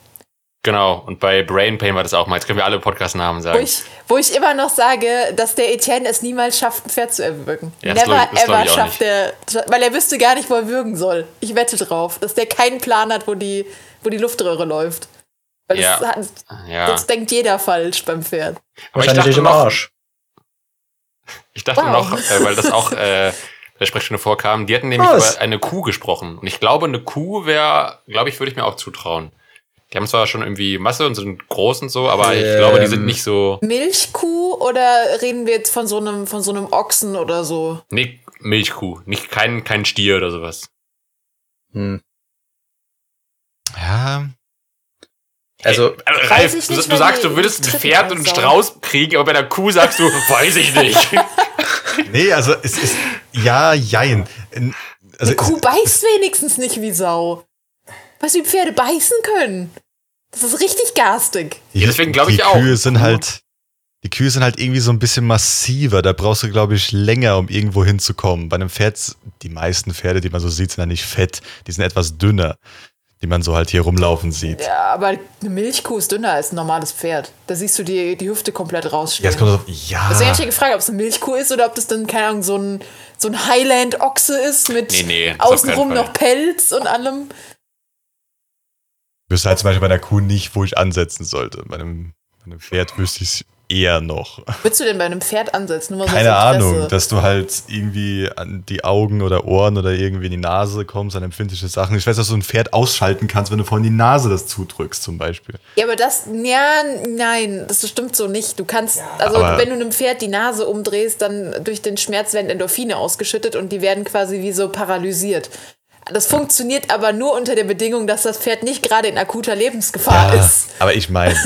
[SPEAKER 2] Genau, und bei Brain Pain war das auch mal. Jetzt können wir alle Podcast-Namen
[SPEAKER 3] Wo
[SPEAKER 2] sagen.
[SPEAKER 3] ich, wo ich immer noch sage, dass der Etienne es niemals schafft, ein Pferd zu erwürgen.
[SPEAKER 2] Ja, das
[SPEAKER 3] Never
[SPEAKER 2] glaub ich- das glaub
[SPEAKER 3] ever
[SPEAKER 2] ich auch
[SPEAKER 3] schafft er, weil er wüsste gar nicht, wo er würgen soll. Ich wette drauf, dass der keinen Plan hat, wo die, wo die Luftröhre läuft. Weil
[SPEAKER 2] Ja. Ah.
[SPEAKER 3] das, hat,
[SPEAKER 2] Ja.
[SPEAKER 3] das denkt jeder falsch beim Pferd.
[SPEAKER 2] Aber ich
[SPEAKER 4] Wahrscheinlich
[SPEAKER 2] dachte
[SPEAKER 4] stehe ich im
[SPEAKER 2] noch-
[SPEAKER 4] Arsch.
[SPEAKER 2] Ich dachte
[SPEAKER 3] Wow.
[SPEAKER 2] noch, äh, weil das auch äh, der Sprechstunde vorkam, die hatten nämlich
[SPEAKER 4] Was?
[SPEAKER 2] über eine Kuh gesprochen. Und ich glaube, eine Kuh wäre, glaube ich, würde ich mir auch zutrauen. Die haben zwar schon irgendwie Masse und sind groß und so, aber ich
[SPEAKER 4] Ähm.
[SPEAKER 2] glaube, die sind nicht so.
[SPEAKER 3] Milchkuh oder reden wir jetzt von so einem, von so einem Ochsen oder so?
[SPEAKER 2] Nee, Milchkuh. Nicht kein, kein Stier oder sowas.
[SPEAKER 4] Hm.
[SPEAKER 5] Ja,
[SPEAKER 4] Also,
[SPEAKER 2] Also,
[SPEAKER 3] Weiß
[SPEAKER 2] Ralf,
[SPEAKER 3] ich
[SPEAKER 2] du,
[SPEAKER 3] nicht,
[SPEAKER 2] du
[SPEAKER 3] wenn
[SPEAKER 2] sagst,
[SPEAKER 3] die
[SPEAKER 2] du würdest ein
[SPEAKER 3] Trippen
[SPEAKER 2] Pferd und einen
[SPEAKER 3] ansaugen.
[SPEAKER 2] Strauß kriegen, aber bei der Kuh sagst du, (laughs) weiß ich nicht.
[SPEAKER 5] nee, also es ist, ja, jein. N- Also,
[SPEAKER 3] Eine Kuh beißt wenigstens nicht wie Sau. Weißt du, wie Pferde beißen können? Das ist richtig garstig.
[SPEAKER 5] die-
[SPEAKER 2] Ja, deswegen glaub ich
[SPEAKER 5] die
[SPEAKER 2] auch.
[SPEAKER 5] Kühe sind halt, die Kühe sind halt irgendwie so ein bisschen massiver. Da brauchst du, glaube ich, länger, um irgendwo hinzukommen. Bei einem Pferd, die meisten Pferde, die man so sieht, sind ja nicht fett. Die sind etwas dünner, die man so halt hier rumlaufen sieht. Ja,
[SPEAKER 3] Ja, aber eine Milchkuh ist dünner als ein normales Pferd. Da siehst du die, die Hüfte komplett rausstehen.
[SPEAKER 5] es kommt Ah. drauf. Ja.
[SPEAKER 3] Deswegen habe ich ja gefragt, ob es eine Milchkuh ist oder ob das dann, keine Ahnung, so ein, so ein Highland-Ochse ist mit
[SPEAKER 2] Nee, nee, das auf
[SPEAKER 3] außenrum
[SPEAKER 2] keinen Fall.
[SPEAKER 3] noch Pelz und allem.
[SPEAKER 5] Ich wüsste halt zum Beispiel bei einer Kuh nicht, wo ich ansetzen sollte. Bei einem, bei einem Pferd wüsste ich es eher noch.
[SPEAKER 3] Würdest du denn bei einem Pferd ansetzen? Nur mal so
[SPEAKER 5] Keine
[SPEAKER 3] aus Interesse.
[SPEAKER 5] Ahnung, dass du halt irgendwie an die Augen oder Ohren oder irgendwie in die Nase kommst, an empfindliche Sachen. Ich weiß, dass du ein Pferd ausschalten kannst, wenn du vorhin die Nase das zudrückst, zum Beispiel.
[SPEAKER 3] Ja, aber das, ja, nein, das stimmt so nicht. Du kannst, also
[SPEAKER 5] aber-
[SPEAKER 3] wenn du einem Pferd die Nase umdrehst, dann durch den Schmerz werden Endorphine ausgeschüttet und die werden quasi wie so paralysiert. Das funktioniert aber nur unter der Bedingung, dass das Pferd nicht gerade in akuter Lebensgefahr ist.
[SPEAKER 5] aber ich meine,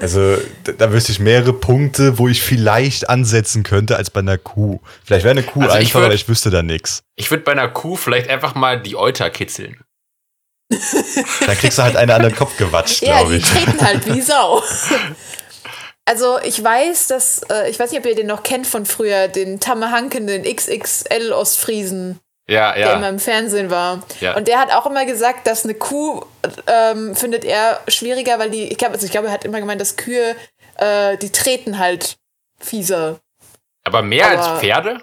[SPEAKER 5] also da, da wüsste ich mehrere Punkte, wo ich vielleicht ansetzen könnte, als bei einer Kuh. Vielleicht wäre eine Kuh
[SPEAKER 2] Also ich
[SPEAKER 5] einfacher,
[SPEAKER 2] würd-
[SPEAKER 5] aber ich wüsste da nichts.
[SPEAKER 2] Ich würde bei einer Kuh vielleicht einfach mal die Euter kitzeln.
[SPEAKER 5] Dann kriegst du halt eine an den Kopf
[SPEAKER 3] (laughs)
[SPEAKER 5] gewatscht,
[SPEAKER 3] Ja,
[SPEAKER 5] glaube
[SPEAKER 3] die
[SPEAKER 5] ich.
[SPEAKER 3] treten halt
[SPEAKER 5] (laughs)
[SPEAKER 3] wie Sau. Also ich weiß, dass, äh, ich weiß nicht, ob ihr den noch kennt von früher, den Tamme Hanken, den XXL Ostfriesen.
[SPEAKER 2] Ja,
[SPEAKER 3] der immer
[SPEAKER 2] ja.
[SPEAKER 3] im Fernsehen war.
[SPEAKER 2] Ja.
[SPEAKER 3] Und der hat auch immer gesagt, dass eine Kuh ähm, findet er schwieriger, weil die, ich glaube, also ich glaube, er hat immer gemeint, dass Kühe, äh, die treten halt fieser.
[SPEAKER 2] Aber mehr
[SPEAKER 3] Aber-
[SPEAKER 2] als Pferde?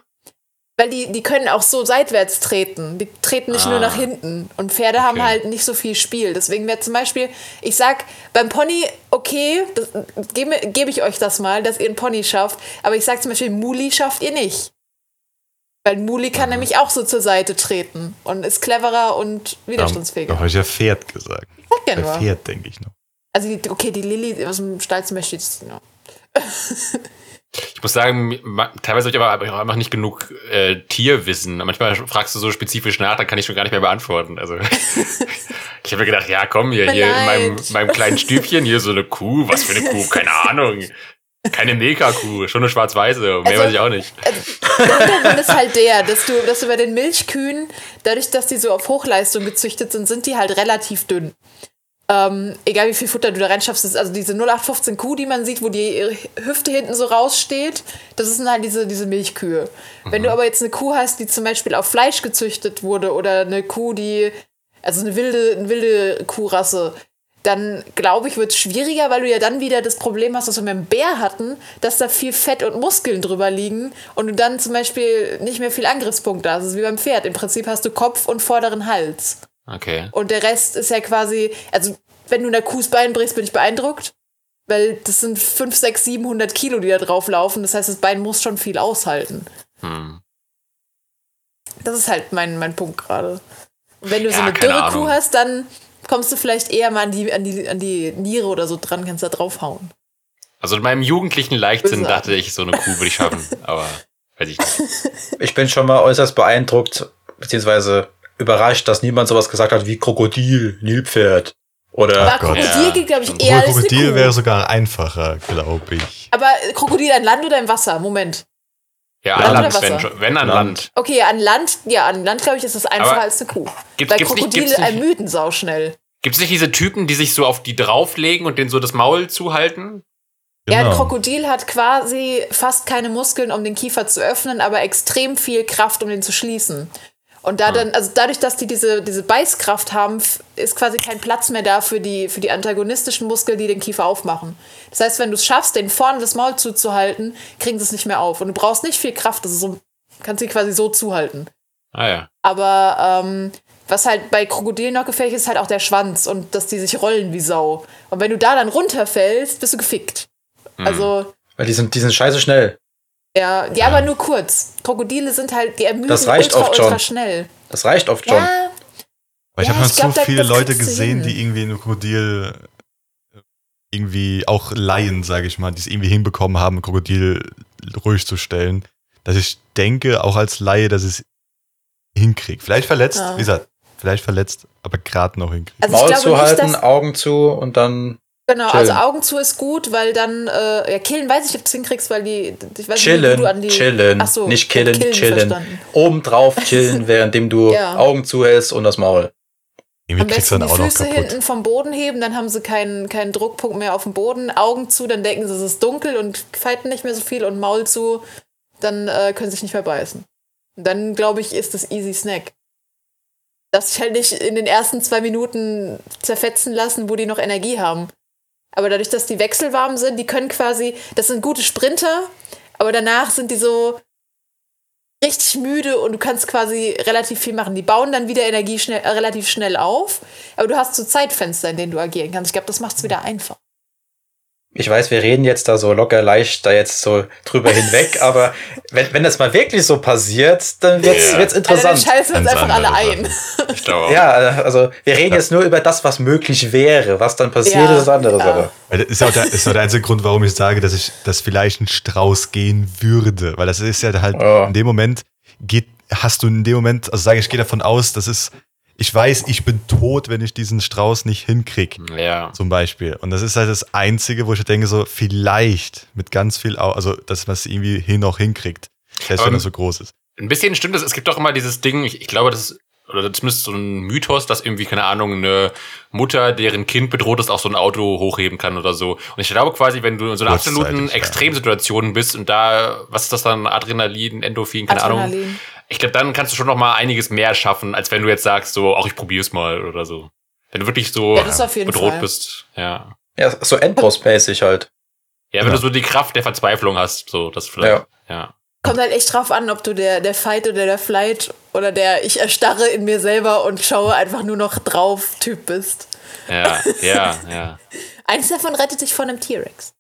[SPEAKER 3] Weil die, die können auch so seitwärts treten. Die treten nicht
[SPEAKER 2] Ah.
[SPEAKER 3] nur nach hinten. Und Pferde haben
[SPEAKER 2] Okay.
[SPEAKER 3] halt nicht so viel Spiel. Deswegen wäre zum Beispiel, ich sag, beim Pony, okay, das- gebe gebe ich euch das mal, dass ihr einen Pony schafft. Aber ich sag zum Beispiel, Muli schafft ihr nicht. Weil Muli kann nämlich auch so zur Seite treten und ist cleverer und
[SPEAKER 5] Da
[SPEAKER 3] widerstandsfähiger.
[SPEAKER 5] habe ich ja Pferd gesagt.
[SPEAKER 3] Sag ja genau.
[SPEAKER 5] Bei
[SPEAKER 3] nur.
[SPEAKER 5] Pferd denke ich noch.
[SPEAKER 3] Also, die, okay, die Lilly aus dem Stall zum Beispiel, die- ja.
[SPEAKER 2] Ich muss sagen, mi- ma- teilweise habe ich aber- aber auch einfach nicht genug äh, Tierwissen. Manchmal fragst du so spezifisch nach, dann kann ich schon gar nicht mehr beantworten. Also (laughs) ich habe mir gedacht, ja, komm hier,
[SPEAKER 3] Tut mir
[SPEAKER 2] hier in meinem,
[SPEAKER 3] leid.
[SPEAKER 2] meinem kleinen Stübchen, hier so eine Kuh, was für eine Kuh, keine Ahnung. Keine Milka-Kuh, schon eine schwarz-weiße, mehr
[SPEAKER 3] Also-
[SPEAKER 2] weiß ich auch nicht.
[SPEAKER 3] Hintergrund ist halt der, dass du, dass du bei den Milchkühen, dadurch, dass die so auf Hochleistung gezüchtet sind, sind die halt relativ dünn. Ähm, egal wie viel Futter du da reinschaffst, ist also diese 0815 Kuh, die man sieht, wo die ihre Hüfte hinten so raussteht, das sind halt diese, diese Milchkühe. Wenn du aber jetzt eine Kuh hast, die zum Beispiel auf Fleisch gezüchtet wurde oder eine Kuh, die, also eine wilde, eine wilde Kuhrasse, dann glaube ich, wird es schwieriger, weil du ja dann wieder das Problem hast, was wir mit dem Bär hatten, dass da viel Fett und Muskeln drüber liegen und du dann zum Beispiel nicht mehr viel Angriffspunkt hast. Das ist wie beim Pferd. Im Prinzip hast du Kopf und vorderen Hals.
[SPEAKER 2] Okay.
[SPEAKER 3] Und der Rest ist ja quasi, also wenn du einer Kuhs Bein brichst, bin ich beeindruckt, weil das sind 5, 6, 700 Kilo, die da drauf laufen. Das heißt, das Bein muss schon viel aushalten.
[SPEAKER 2] Hm.
[SPEAKER 3] Das ist halt mein, mein Punkt gerade. Wenn du so
[SPEAKER 2] Ja,
[SPEAKER 3] eine
[SPEAKER 2] keine
[SPEAKER 3] dürre Kuh
[SPEAKER 2] Ahnung.
[SPEAKER 3] hast, dann kommst du vielleicht eher mal an die, an die, an die Niere oder so dran, kannst da draufhauen.
[SPEAKER 2] Also in meinem jugendlichen Leichtsinn
[SPEAKER 3] Böse Art.
[SPEAKER 2] dachte ich, so eine Kuh würde ich schaffen, aber weiß ich nicht.
[SPEAKER 4] ich bin schon mal äußerst beeindruckt, beziehungsweise überrascht, dass niemand sowas gesagt hat wie Krokodil, Nilpferd. Oder
[SPEAKER 3] Aber Krokodil
[SPEAKER 2] Ja.
[SPEAKER 3] geht, glaube ich, eher
[SPEAKER 5] Obwohl,
[SPEAKER 3] als eine
[SPEAKER 5] Krokodil
[SPEAKER 3] Kuh.
[SPEAKER 5] wäre sogar einfacher, glaube ich.
[SPEAKER 3] Aber Krokodil an Land oder im Wasser? Moment.
[SPEAKER 2] Ja,
[SPEAKER 4] Land
[SPEAKER 2] an
[SPEAKER 4] oder
[SPEAKER 2] Land, wenn,
[SPEAKER 3] Wasser?
[SPEAKER 2] schon- wenn an Land.
[SPEAKER 4] Land.
[SPEAKER 3] Okay, an Land, ja, an Land, glaube ich, ist es einfacher
[SPEAKER 2] Aber
[SPEAKER 3] als eine Kuh.
[SPEAKER 2] gibt-
[SPEAKER 3] Weil
[SPEAKER 2] gibt's nicht-
[SPEAKER 3] Krokodile
[SPEAKER 2] gibt's nicht-
[SPEAKER 3] ermüden sauschnell.
[SPEAKER 2] Gibt es nicht diese Typen, die sich so auf die drauflegen und denen so das Maul zuhalten?
[SPEAKER 3] Ja, ein
[SPEAKER 5] Genau.
[SPEAKER 3] Krokodil hat quasi fast keine Muskeln, um den Kiefer zu öffnen, aber extrem viel Kraft, um den zu schließen. Und da dann, also dadurch, dass die diese, diese Beißkraft haben, f- ist quasi kein Platz mehr da für die, für die antagonistischen Muskeln, die den Kiefer aufmachen. Das heißt, wenn du es schaffst, den vorne das Maul zuzuhalten, kriegen sie es nicht mehr auf. Und du brauchst nicht viel Kraft, also so, kannst sie quasi so zuhalten.
[SPEAKER 2] Ah ja.
[SPEAKER 3] Aber ähm, was halt bei Krokodilen noch gefährlich ist, ist halt auch der Schwanz und dass die sich rollen wie Sau. Und wenn du da dann runterfällst, bist du gefickt.
[SPEAKER 4] Mhm.
[SPEAKER 3] Also,
[SPEAKER 4] Weil die sind, die sind scheiße schnell.
[SPEAKER 3] ja, ja, aber nur kurz. Krokodile sind halt, die ermüden
[SPEAKER 4] Das reicht
[SPEAKER 3] ultra,
[SPEAKER 4] oft schon.
[SPEAKER 3] ultra schnell.
[SPEAKER 4] Das reicht oft schon.
[SPEAKER 3] Ja, also
[SPEAKER 5] Weil ich
[SPEAKER 3] Ja,
[SPEAKER 5] habe schon
[SPEAKER 3] ich glaub,
[SPEAKER 5] so
[SPEAKER 3] da-
[SPEAKER 5] viele
[SPEAKER 3] das
[SPEAKER 5] Leute
[SPEAKER 3] kriegst du
[SPEAKER 5] gesehen,
[SPEAKER 3] hin.
[SPEAKER 5] die irgendwie ein Krokodil äh, irgendwie auch Laien, sage ich mal, die es irgendwie hinbekommen haben, ein Krokodil ruhig zu stellen. Dass ich denke, auch als Laie, dass ich es hinkriege. Vielleicht verletzt,
[SPEAKER 3] Ja.
[SPEAKER 5] wie gesagt, vielleicht verletzt, aber gerade noch hinkriege.
[SPEAKER 3] also
[SPEAKER 4] Maul
[SPEAKER 3] ich glaube nicht,
[SPEAKER 4] zuhalten,
[SPEAKER 3] dass
[SPEAKER 4] Augen zu und dann
[SPEAKER 3] Genau,
[SPEAKER 4] Chillen.
[SPEAKER 3] also Augen zu ist gut, weil dann, äh, ja, killen weiß ich, ob du es hinkriegst, weil die, ich weiß nicht, Also wie du an
[SPEAKER 4] chillen,
[SPEAKER 3] die,
[SPEAKER 4] chillen,
[SPEAKER 3] Ach so,
[SPEAKER 4] nicht killen,
[SPEAKER 3] killen
[SPEAKER 4] chillen.
[SPEAKER 3] verstanden.
[SPEAKER 4] Obendrauf
[SPEAKER 3] (laughs)
[SPEAKER 4] chillen, währenddem du
[SPEAKER 3] Ja.
[SPEAKER 4] Augen zuhältst und das Maul.
[SPEAKER 3] Am
[SPEAKER 5] Irgendwie kriegst du
[SPEAKER 3] besten
[SPEAKER 5] dann
[SPEAKER 3] die
[SPEAKER 5] auch noch
[SPEAKER 3] Füße
[SPEAKER 5] kaputt.
[SPEAKER 3] hinten vom Boden heben, dann haben sie keinen, keinen Druckpunkt mehr auf dem Boden. Augen zu, dann denken sie, es ist dunkel und fighten nicht mehr so viel. Und Maul zu, dann äh, können sie sich nicht mehr beißen. Und dann, glaube ich, ist das Easy Snack. Das sich halt nicht in den ersten zwei Minuten zerfetzen lassen, wo die noch Energie haben. Aber dadurch, dass die wechselwarm sind, die können quasi, das sind gute Sprinter, aber danach sind die so richtig müde und du kannst quasi relativ viel machen. Die bauen dann wieder Energie schnell, äh, relativ schnell auf, aber du hast so Zeitfenster, in denen du agieren kannst. Ich glaube, das macht es wieder Äh, einfach.
[SPEAKER 4] Ich weiß, wir reden jetzt da so locker leicht da jetzt so
[SPEAKER 3] (laughs)
[SPEAKER 4] drüber hinweg, aber wenn, wenn das mal wirklich so passiert, dann wird's,
[SPEAKER 2] Ja.
[SPEAKER 4] wird's
[SPEAKER 3] Also dann
[SPEAKER 4] interessant.
[SPEAKER 3] scheißen wir uns
[SPEAKER 5] Ganz
[SPEAKER 3] einfach alle
[SPEAKER 5] andere
[SPEAKER 3] ein.
[SPEAKER 2] Ich glaube auch.
[SPEAKER 4] ja, also wir reden jetzt nur über das, was möglich wäre. Was dann passiert,
[SPEAKER 3] Ja,
[SPEAKER 4] ist was anderes.
[SPEAKER 3] ja.
[SPEAKER 4] Aber.
[SPEAKER 5] Weil das ist ja auch der, ist auch der einzige Grund, warum ich sage, dass ich das vielleicht ein Strauß gehen würde. Weil das ist ja halt
[SPEAKER 4] Ja.
[SPEAKER 5] in dem Moment geht, hast du in dem Moment, also sage ich, ich gehe davon aus, das ist, ich weiß, ich bin tot, wenn ich diesen Strauß nicht hinkrieg,
[SPEAKER 2] Ja.
[SPEAKER 5] zum Beispiel. Und das ist halt das Einzige, wo ich denke, so vielleicht mit ganz viel, Au- also dass man es irgendwie hin noch hinkriegt, selbst wenn
[SPEAKER 2] Aber-
[SPEAKER 5] das so groß ist.
[SPEAKER 2] Ein bisschen stimmt es. Es gibt doch immer dieses Ding, ich, ich glaube, das ist, oder zumindest so ein Mythos, dass irgendwie, keine Ahnung, eine Mutter, deren Kind bedroht ist, auch so ein Auto hochheben kann oder so. Und ich glaube quasi, wenn du in so einer
[SPEAKER 5] Kurzzeitig,
[SPEAKER 2] absoluten
[SPEAKER 5] ja.
[SPEAKER 2] Extremsituation bist und da, was ist das dann, Adrenalin, Endorphin, keine Ahnung.
[SPEAKER 3] Adrenalin.
[SPEAKER 2] Ich glaube, dann kannst du schon noch mal einiges mehr schaffen, als wenn du jetzt sagst, so, auch ich probier's mal oder so. Wenn du wirklich so
[SPEAKER 3] Ja, das auf jeden
[SPEAKER 2] bedroht
[SPEAKER 3] Fall.
[SPEAKER 2] bist, ja.
[SPEAKER 4] Ja, so Endboss-mäßig halt.
[SPEAKER 2] Ja, wenn
[SPEAKER 5] Ja.
[SPEAKER 2] du so die Kraft der Verzweiflung hast, so, das vielleicht, ja.
[SPEAKER 3] Kommt halt echt drauf an, ob du der, der Fight oder der Flight oder der Ich erstarre in mir selber und schaue einfach nur noch drauf Typ bist.
[SPEAKER 2] Ja, ja, ja. ja.
[SPEAKER 3] Eins davon rettet dich von einem T-Rex.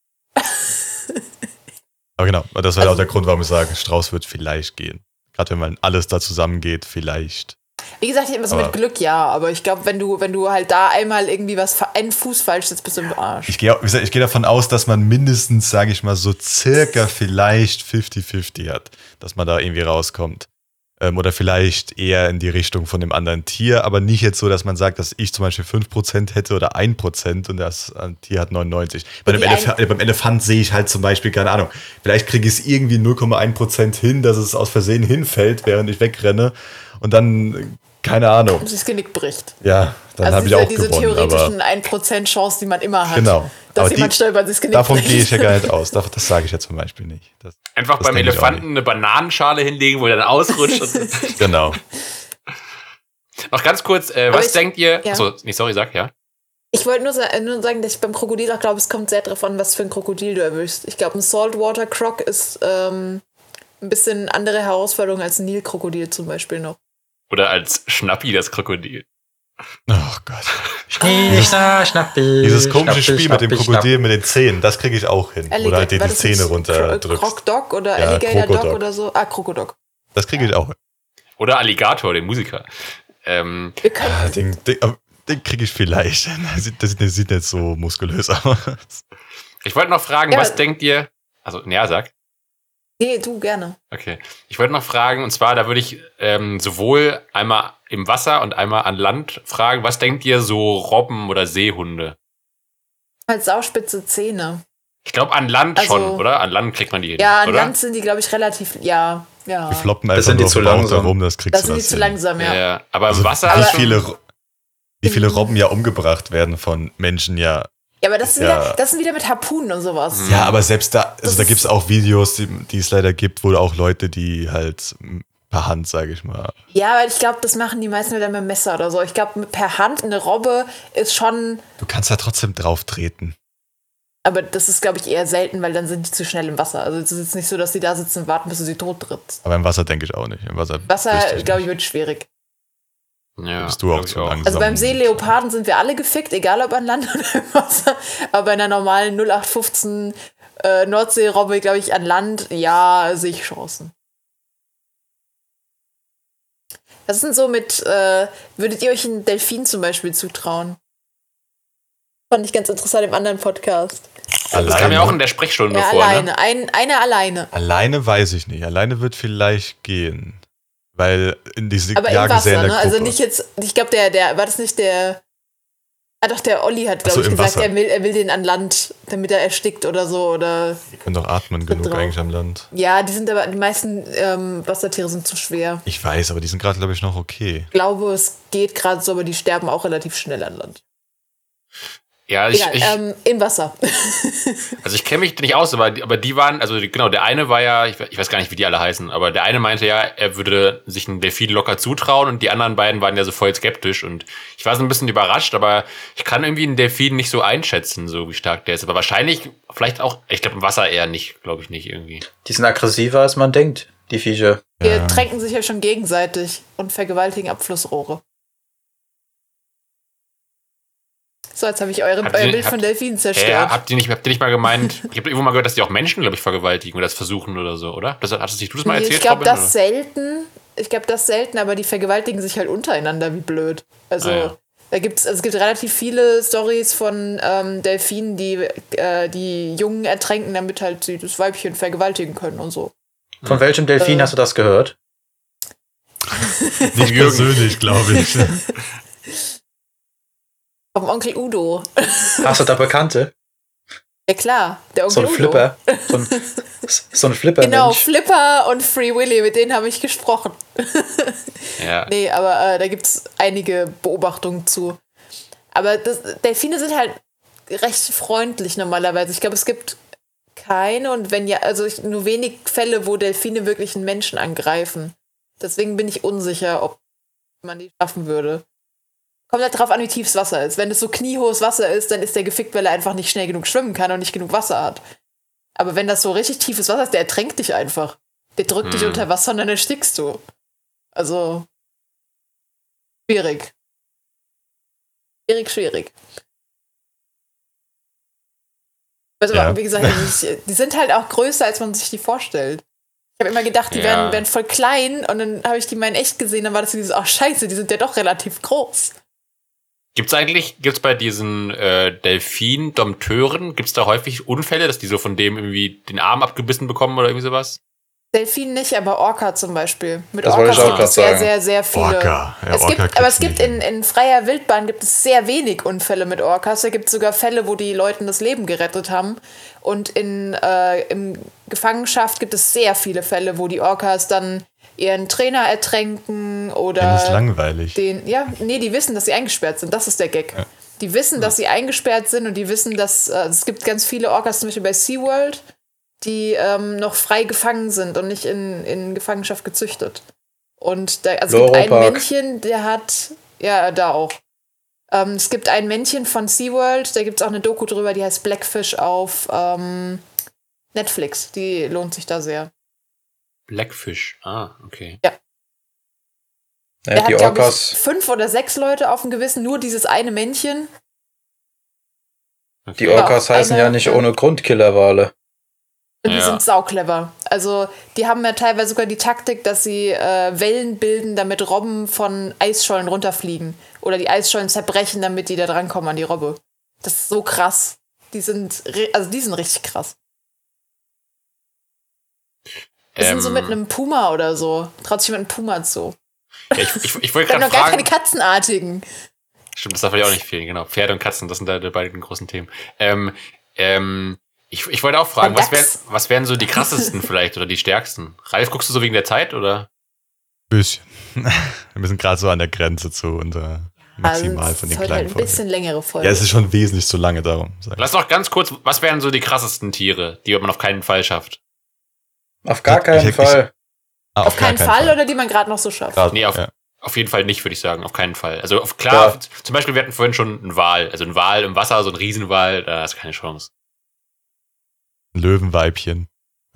[SPEAKER 5] Aber genau, das war auch der Grund, warum ich sage, Strauß wird vielleicht gehen. Gerade wenn man alles da zusammengeht, vielleicht.
[SPEAKER 3] Wie gesagt, ich immer so mit
[SPEAKER 5] Aber-
[SPEAKER 3] Glück ja, aber ich glaube, wenn du, wenn du halt da einmal irgendwie was, fa- einen Fuß falsch sitzt, bist du im Arsch.
[SPEAKER 5] Ich gehe, auch- wie gesagt, ich gehe davon aus, dass man mindestens, sage ich mal, so circa vielleicht 50-50 hat, dass man da irgendwie rauskommt. Ähm, oder vielleicht eher in die Richtung von dem anderen Tier, aber nicht jetzt so, dass man sagt, dass ich zum Beispiel 5% hätte oder 1% und das äh, Tier hat 99. Bei dem
[SPEAKER 3] Die
[SPEAKER 5] Elef
[SPEAKER 3] ein-
[SPEAKER 5] äh, beim Elefant sehe ich halt zum Beispiel, keine Ahnung, vielleicht kriege ich es irgendwie 0,1% hin, dass es aus Versehen hinfällt, während ich wegrenne und dann, äh, keine Ahnung.
[SPEAKER 3] Und das Genick bricht.
[SPEAKER 5] Ja, dann
[SPEAKER 3] also
[SPEAKER 5] habe ich
[SPEAKER 3] diese,
[SPEAKER 5] auch
[SPEAKER 3] diese
[SPEAKER 5] gewonnen. aber-
[SPEAKER 3] theoretischen 1% Chance, die man immer hat.
[SPEAKER 5] Genau.
[SPEAKER 3] Dass
[SPEAKER 5] Aber
[SPEAKER 3] jemand
[SPEAKER 5] die-
[SPEAKER 3] stolpert sich Genick
[SPEAKER 5] Davon
[SPEAKER 3] bricht.
[SPEAKER 5] gehe ich ja gar nicht aus. Das, das sage ich ja zum Beispiel nicht. Das,
[SPEAKER 2] Einfach
[SPEAKER 5] Das
[SPEAKER 2] beim
[SPEAKER 5] denke ich auch
[SPEAKER 2] Elefanten eine Bananenschale hinlegen, wo er dann ausrutscht.
[SPEAKER 3] (laughs)
[SPEAKER 5] (laughs)
[SPEAKER 2] und
[SPEAKER 5] genau.
[SPEAKER 2] noch ganz kurz, äh,
[SPEAKER 3] Aber
[SPEAKER 2] was
[SPEAKER 3] ich-
[SPEAKER 2] denkt ihr?
[SPEAKER 3] ja.
[SPEAKER 2] Achso, nicht sorry, sag ja.
[SPEAKER 3] Ich wollte nur, sa äh, nur sagen, dass ich beim Krokodil auch glaube, es kommt sehr darauf an, was für ein Krokodil du erwischst. Ich glaube, ein Saltwater Croc ist ähm, ein bisschen andere Herausforderung als ein Nilkrokodil zum Beispiel noch.
[SPEAKER 2] Oder als Schnappi das Krokodil.
[SPEAKER 5] Oh Gott.
[SPEAKER 4] Schnieschna, Schnappi,
[SPEAKER 5] Dieses komische
[SPEAKER 4] Schnappi,
[SPEAKER 5] Spiel mit dem
[SPEAKER 4] Schnappi,
[SPEAKER 5] Krokodil, mit den Zähnen, das kriege ich auch hin.
[SPEAKER 3] Alligator-
[SPEAKER 5] Oder halt dir
[SPEAKER 3] war
[SPEAKER 5] die
[SPEAKER 3] das nicht
[SPEAKER 5] Zähne
[SPEAKER 3] Cro
[SPEAKER 5] runterdrückst.
[SPEAKER 3] Croc Dog oder
[SPEAKER 5] Ja,
[SPEAKER 3] Alligator Dog
[SPEAKER 5] Krokodok.
[SPEAKER 3] oder so? Ah, Krokodok.
[SPEAKER 5] Das kriege ich auch hin.
[SPEAKER 2] Oder Alligator, den Musiker. Ähm,
[SPEAKER 3] Wir können,
[SPEAKER 5] Ah, Den, den, aber den kriege ich vielleicht. Das sieht, das sieht nicht so muskulös aus.
[SPEAKER 3] Ah.
[SPEAKER 2] ich wollte noch fragen,
[SPEAKER 3] Ja.
[SPEAKER 2] was denkt ihr? Also, ja, sag.
[SPEAKER 3] nee, du gerne.
[SPEAKER 2] Okay. Ich wollte noch fragen, und zwar, da würde ich ähm, sowohl einmal im Wasser und einmal an Land fragen, was denkt ihr so Robben oder Seehunde?
[SPEAKER 3] Halt sauspitze Zähne.
[SPEAKER 2] Ich glaube, an Land
[SPEAKER 3] Also-
[SPEAKER 2] schon, oder? An Land kriegt man die hin,
[SPEAKER 3] Ja, an
[SPEAKER 2] oder?
[SPEAKER 3] Land sind die, glaube ich, relativ. Ja, ja.
[SPEAKER 5] Die floppen einfach
[SPEAKER 4] sind die
[SPEAKER 5] nur auf
[SPEAKER 4] zu
[SPEAKER 5] dem Bauch
[SPEAKER 4] langsam.
[SPEAKER 5] rum, das kriegst
[SPEAKER 3] Das
[SPEAKER 5] du
[SPEAKER 3] sind die
[SPEAKER 5] das
[SPEAKER 3] zu
[SPEAKER 5] hin.
[SPEAKER 3] langsam, ja.
[SPEAKER 2] ja. Aber
[SPEAKER 5] Also
[SPEAKER 2] im Wasser
[SPEAKER 5] wie
[SPEAKER 3] Aber-
[SPEAKER 5] viele, Ro-
[SPEAKER 3] (laughs)
[SPEAKER 5] wie viele Robben ja umgebracht werden von Menschen ja
[SPEAKER 3] Ja, aber das sind,
[SPEAKER 5] Ja. Mhm.
[SPEAKER 3] Wieder, das sind wieder mit Harpunen und sowas.
[SPEAKER 5] Ja, aber selbst da, also
[SPEAKER 3] Das
[SPEAKER 5] da
[SPEAKER 3] ist-
[SPEAKER 5] gibt's auch Videos, die, die es leider gibt, wo auch Leute, die halt m, per Hand, sage ich mal.
[SPEAKER 3] Ja, weil ich glaube, das machen die meisten wieder mit dem Messer oder so. Ich glaube, per Hand eine Robbe ist schon,
[SPEAKER 5] Du kannst da trotzdem drauf treten.
[SPEAKER 3] aber das ist, glaube ich, eher selten, weil dann sind die zu schnell im Wasser. Also es ist jetzt nicht so, dass die da sitzen und warten, bis du sie tot trittst.
[SPEAKER 5] Aber im Wasser denke ich auch nicht. Im Wasser, fürchte
[SPEAKER 3] Wasser,
[SPEAKER 5] ich
[SPEAKER 3] glaube ich,
[SPEAKER 5] nicht.
[SPEAKER 3] wird schwierig.
[SPEAKER 2] Ja,
[SPEAKER 5] bist du auch
[SPEAKER 2] glaub ich
[SPEAKER 5] zu langsam.
[SPEAKER 3] Also beim Seeleoparden sind wir alle gefickt, egal ob an Land (laughs) oder im Wasser. Aber bei einer normalen 0815 äh, Nordseerobbe, glaube ich, an Land, ja, sehe ich Chancen. Was sind so mit, äh, würdet ihr euch einen Delfin zum Beispiel zutrauen? Fand ich ganz interessant im anderen Podcast.
[SPEAKER 2] Das kam ja auch in
[SPEAKER 5] Alleine,
[SPEAKER 2] der Sprechstunde
[SPEAKER 3] Ja,
[SPEAKER 2] vor.
[SPEAKER 3] alleine.
[SPEAKER 2] Ne?
[SPEAKER 3] Ein, einer alleine.
[SPEAKER 5] alleine weiß ich nicht. Alleine wird vielleicht gehen. Weil in diese
[SPEAKER 3] Aber
[SPEAKER 5] ja
[SPEAKER 3] im Wasser,
[SPEAKER 5] gesehene
[SPEAKER 3] ne? Also
[SPEAKER 5] Gruppe.
[SPEAKER 3] nicht jetzt, ich glaube, der, der, war das nicht der. Ah, doch, der Olli hat,
[SPEAKER 5] Ach
[SPEAKER 3] glaube
[SPEAKER 5] so,
[SPEAKER 3] ich,
[SPEAKER 5] im
[SPEAKER 3] gesagt,
[SPEAKER 5] Wasser.
[SPEAKER 3] er will, er will den an Land, damit er erstickt oder so. Oder
[SPEAKER 5] Die können doch atmen genug
[SPEAKER 3] drauf.
[SPEAKER 5] eigentlich am Land.
[SPEAKER 3] ja, die sind aber, die meisten ähm, Wassertiere sind zu schwer.
[SPEAKER 5] Ich weiß, aber die sind gerade, glaube ich, noch okay.
[SPEAKER 3] Ich glaube, es geht gerade so, aber die sterben auch relativ schnell an Land.
[SPEAKER 2] Ja, ich,
[SPEAKER 3] Egal,
[SPEAKER 2] ich,
[SPEAKER 3] ähm, im Wasser. (laughs)
[SPEAKER 2] also ich kenne mich nicht aus, aber, die- aber die waren, also die, genau, der eine war ja, ich, we- ich weiß gar nicht, wie die alle heißen, aber der eine meinte ja, er würde sich einen Delfin locker zutrauen und die anderen beiden waren ja so voll skeptisch und ich war so ein bisschen überrascht, aber ich kann irgendwie einen Delfin nicht so einschätzen, so wie stark der ist. Aber wahrscheinlich, vielleicht auch, ich glaube im Wasser eher nicht, glaube ich nicht irgendwie.
[SPEAKER 4] Die sind aggressiver, als man denkt, die Viecher.
[SPEAKER 3] Wir
[SPEAKER 5] Ja.
[SPEAKER 3] tränken sich ja schon gegenseitig und vergewaltigen Abflussrohre. So, jetzt habe ich eure,
[SPEAKER 2] Habt
[SPEAKER 3] euer
[SPEAKER 2] ihr-
[SPEAKER 3] Bild
[SPEAKER 2] habt-
[SPEAKER 3] von Delfinen zerstört.
[SPEAKER 2] Äh, habt ihr nicht, habt ihr nicht mal gemeint, (laughs) ich habe irgendwo mal gehört, dass die auch Menschen, glaube ich, vergewaltigen oder das versuchen oder so, oder? Das, hattest nicht du das mal
[SPEAKER 3] Nee,
[SPEAKER 2] erzählt,
[SPEAKER 3] ich glaube,
[SPEAKER 2] Robin,
[SPEAKER 3] das
[SPEAKER 2] oder?
[SPEAKER 3] selten. Ich glaube, das selten, aber die vergewaltigen sich halt untereinander wie blöd. Also,
[SPEAKER 2] Ah, ja.
[SPEAKER 3] da gibt's, also es gibt relativ viele Stories von ähm, Delfinen, die äh, die Jungen ertränken, damit halt sie das Weibchen vergewaltigen können und so.
[SPEAKER 4] Von welchem Delfin
[SPEAKER 3] Äh.
[SPEAKER 4] hast du das gehört?
[SPEAKER 5] Nicht
[SPEAKER 2] Jürgen.
[SPEAKER 5] persönlich,
[SPEAKER 3] (laughs)
[SPEAKER 5] glaube ich.
[SPEAKER 3] Vom Onkel Udo.
[SPEAKER 4] Hast du da Bekannte?
[SPEAKER 3] Ja, klar, der
[SPEAKER 4] So
[SPEAKER 3] Onkel
[SPEAKER 4] ein
[SPEAKER 3] Udo.
[SPEAKER 4] Flipper. So
[SPEAKER 3] (laughs)
[SPEAKER 4] ein, so ein Flipper-Mensch.
[SPEAKER 3] Oh, Genau, Flipper und Free Willy, mit denen habe ich gesprochen.
[SPEAKER 2] Ja.
[SPEAKER 3] Nee, aber äh, da gibt es einige Beobachtungen zu. Aber das, Delfine sind halt recht freundlich normalerweise. Ich glaube, es gibt keine und wenn ja, also ich, nur wenig Fälle, wo Delfine wirklich einen Menschen angreifen. Deswegen bin ich unsicher, ob man die schaffen würde. Kommt halt drauf an, wie tief das Wasser ist. Wenn es so kniehohes Wasser ist, dann ist der gefickt, weil er einfach nicht schnell genug schwimmen kann und nicht genug Wasser hat. Aber wenn das so richtig tiefes Wasser ist, der ertränkt dich einfach. Der drückt dich
[SPEAKER 2] Hm.
[SPEAKER 3] unter Wasser und dann erstickst du. Also, schwierig. Schwierig, schwierig. Also,
[SPEAKER 5] Ja.
[SPEAKER 3] wie gesagt, die, die sind halt auch größer, als man sich die vorstellt. Ich habe immer gedacht, die
[SPEAKER 2] Ja.
[SPEAKER 3] wären, wären voll klein und dann habe ich die mal in echt gesehen, dann war das so dieses, ach scheiße, die sind ja doch relativ groß.
[SPEAKER 2] Gibt's eigentlich, gibt's bei diesen äh, Delfin-Dompteuren, gibt's da häufig Unfälle, dass die so von dem irgendwie den Arm abgebissen bekommen oder irgendwie sowas?
[SPEAKER 3] Delfin nicht, aber Orca zum Beispiel. Mit
[SPEAKER 4] Das wollte
[SPEAKER 3] Orca
[SPEAKER 4] ich auch
[SPEAKER 3] gibt es sehr,
[SPEAKER 4] grad sagen.
[SPEAKER 3] sehr, sehr viele.
[SPEAKER 5] Orca. Ja,
[SPEAKER 3] es
[SPEAKER 5] Orca
[SPEAKER 3] gibt, aber es
[SPEAKER 5] kriegt's
[SPEAKER 3] gibt
[SPEAKER 5] nicht
[SPEAKER 3] in, in freier Wildbahn gibt es sehr wenig Unfälle mit Orcas. Da gibt es sogar Fälle, wo die Leuten das Leben gerettet haben. Und in äh, im Gefangenschaft gibt es sehr viele Fälle, wo die Orcas dann ihren Trainer ertränken
[SPEAKER 5] Denen ist
[SPEAKER 3] oder
[SPEAKER 5] langweilig.
[SPEAKER 3] den. Ja, nee, die wissen, dass sie eingesperrt sind. Das ist der Gag. Die wissen, dass sie eingesperrt sind und die wissen, dass äh, es gibt ganz viele Orcas, zum Beispiel bei SeaWorld, die ähm, noch frei gefangen sind und nicht in, in Gefangenschaft gezüchtet. Und da, also es gibt ein
[SPEAKER 4] Loro-Park.
[SPEAKER 3] Männchen, der hat, ja, da auch. Ähm, es gibt ein Männchen von SeaWorld, da gibt es auch eine Doku drüber, die heißt Blackfish auf ähm, Netflix. Die lohnt sich da sehr.
[SPEAKER 2] Blackfish. Ah, okay.
[SPEAKER 4] Ja, die
[SPEAKER 3] der hat, glaube ich,
[SPEAKER 4] Orcas,
[SPEAKER 3] fünf oder sechs Leute auf dem Gewissen, nur dieses eine Männchen.
[SPEAKER 2] okay.
[SPEAKER 4] die
[SPEAKER 3] Orca-
[SPEAKER 4] Orcas
[SPEAKER 3] auch
[SPEAKER 4] heißen
[SPEAKER 3] eine-
[SPEAKER 4] ja nicht ohne Grund Killerwale.
[SPEAKER 3] Und die
[SPEAKER 2] Ja.
[SPEAKER 3] sind sauclever. Also die haben ja teilweise sogar die Taktik, dass sie äh, Wellen bilden, damit Robben von Eisschollen runterfliegen. Oder die Eisschollen zerbrechen, damit die da drankommen an die Robbe. Das ist so krass. Die sind, ri- also die sind richtig krass. Die sind so mit
[SPEAKER 2] Ähm,
[SPEAKER 3] einem Puma oder so. Traut sich mit einem Puma zu.
[SPEAKER 2] ja, ich, ich,
[SPEAKER 3] (laughs)
[SPEAKER 2] ich wollte
[SPEAKER 3] Dann
[SPEAKER 2] gerade
[SPEAKER 3] noch gar
[SPEAKER 2] fragen.
[SPEAKER 3] keine Katzenartigen.
[SPEAKER 2] Stimmt, das darf ja auch nicht fehlen, genau. Pferde und Katzen, das sind da die beiden großen Themen. Ähm, ähm, ich, ich wollte auch fragen,
[SPEAKER 3] Von
[SPEAKER 2] was, wär,
[SPEAKER 3] Dachs.
[SPEAKER 2] was wären so
[SPEAKER 3] (laughs)
[SPEAKER 2] die krassesten vielleicht oder die stärksten? Ralf, guckst du so wegen der Zeit oder?
[SPEAKER 5] bisschen. (laughs) Wir sind gerade so an der Grenze zu unser Maximal
[SPEAKER 3] also, das
[SPEAKER 5] von den
[SPEAKER 3] ist heute halt
[SPEAKER 5] kleinen
[SPEAKER 3] ein
[SPEAKER 5] Folgen.
[SPEAKER 3] bisschen längere Folge.
[SPEAKER 5] Ja, es ist schon wesentlich zu lange darum. sag ich.
[SPEAKER 2] Lass doch ganz kurz, was wären so die krassesten Tiere, die man auf keinen Fall schafft?
[SPEAKER 4] Auf gar
[SPEAKER 5] Ich- ich-
[SPEAKER 4] keinen
[SPEAKER 5] ich-
[SPEAKER 4] Fall.
[SPEAKER 5] Ah,
[SPEAKER 3] Auf keinen Fall,
[SPEAKER 5] oder?
[SPEAKER 3] oder die man gerade noch so schafft.
[SPEAKER 5] Grad,
[SPEAKER 2] Nee, auf,
[SPEAKER 5] ja.
[SPEAKER 2] auf jeden Fall nicht, würde ich sagen. Auf keinen Fall. Also auf, klar,
[SPEAKER 4] Ja.
[SPEAKER 2] zum Beispiel, wir hatten vorhin schon einen Wal. Also einen Wal im Wasser, so einen Riesenwal, da hast du keine Chance.
[SPEAKER 5] Ein Löwenweibchen.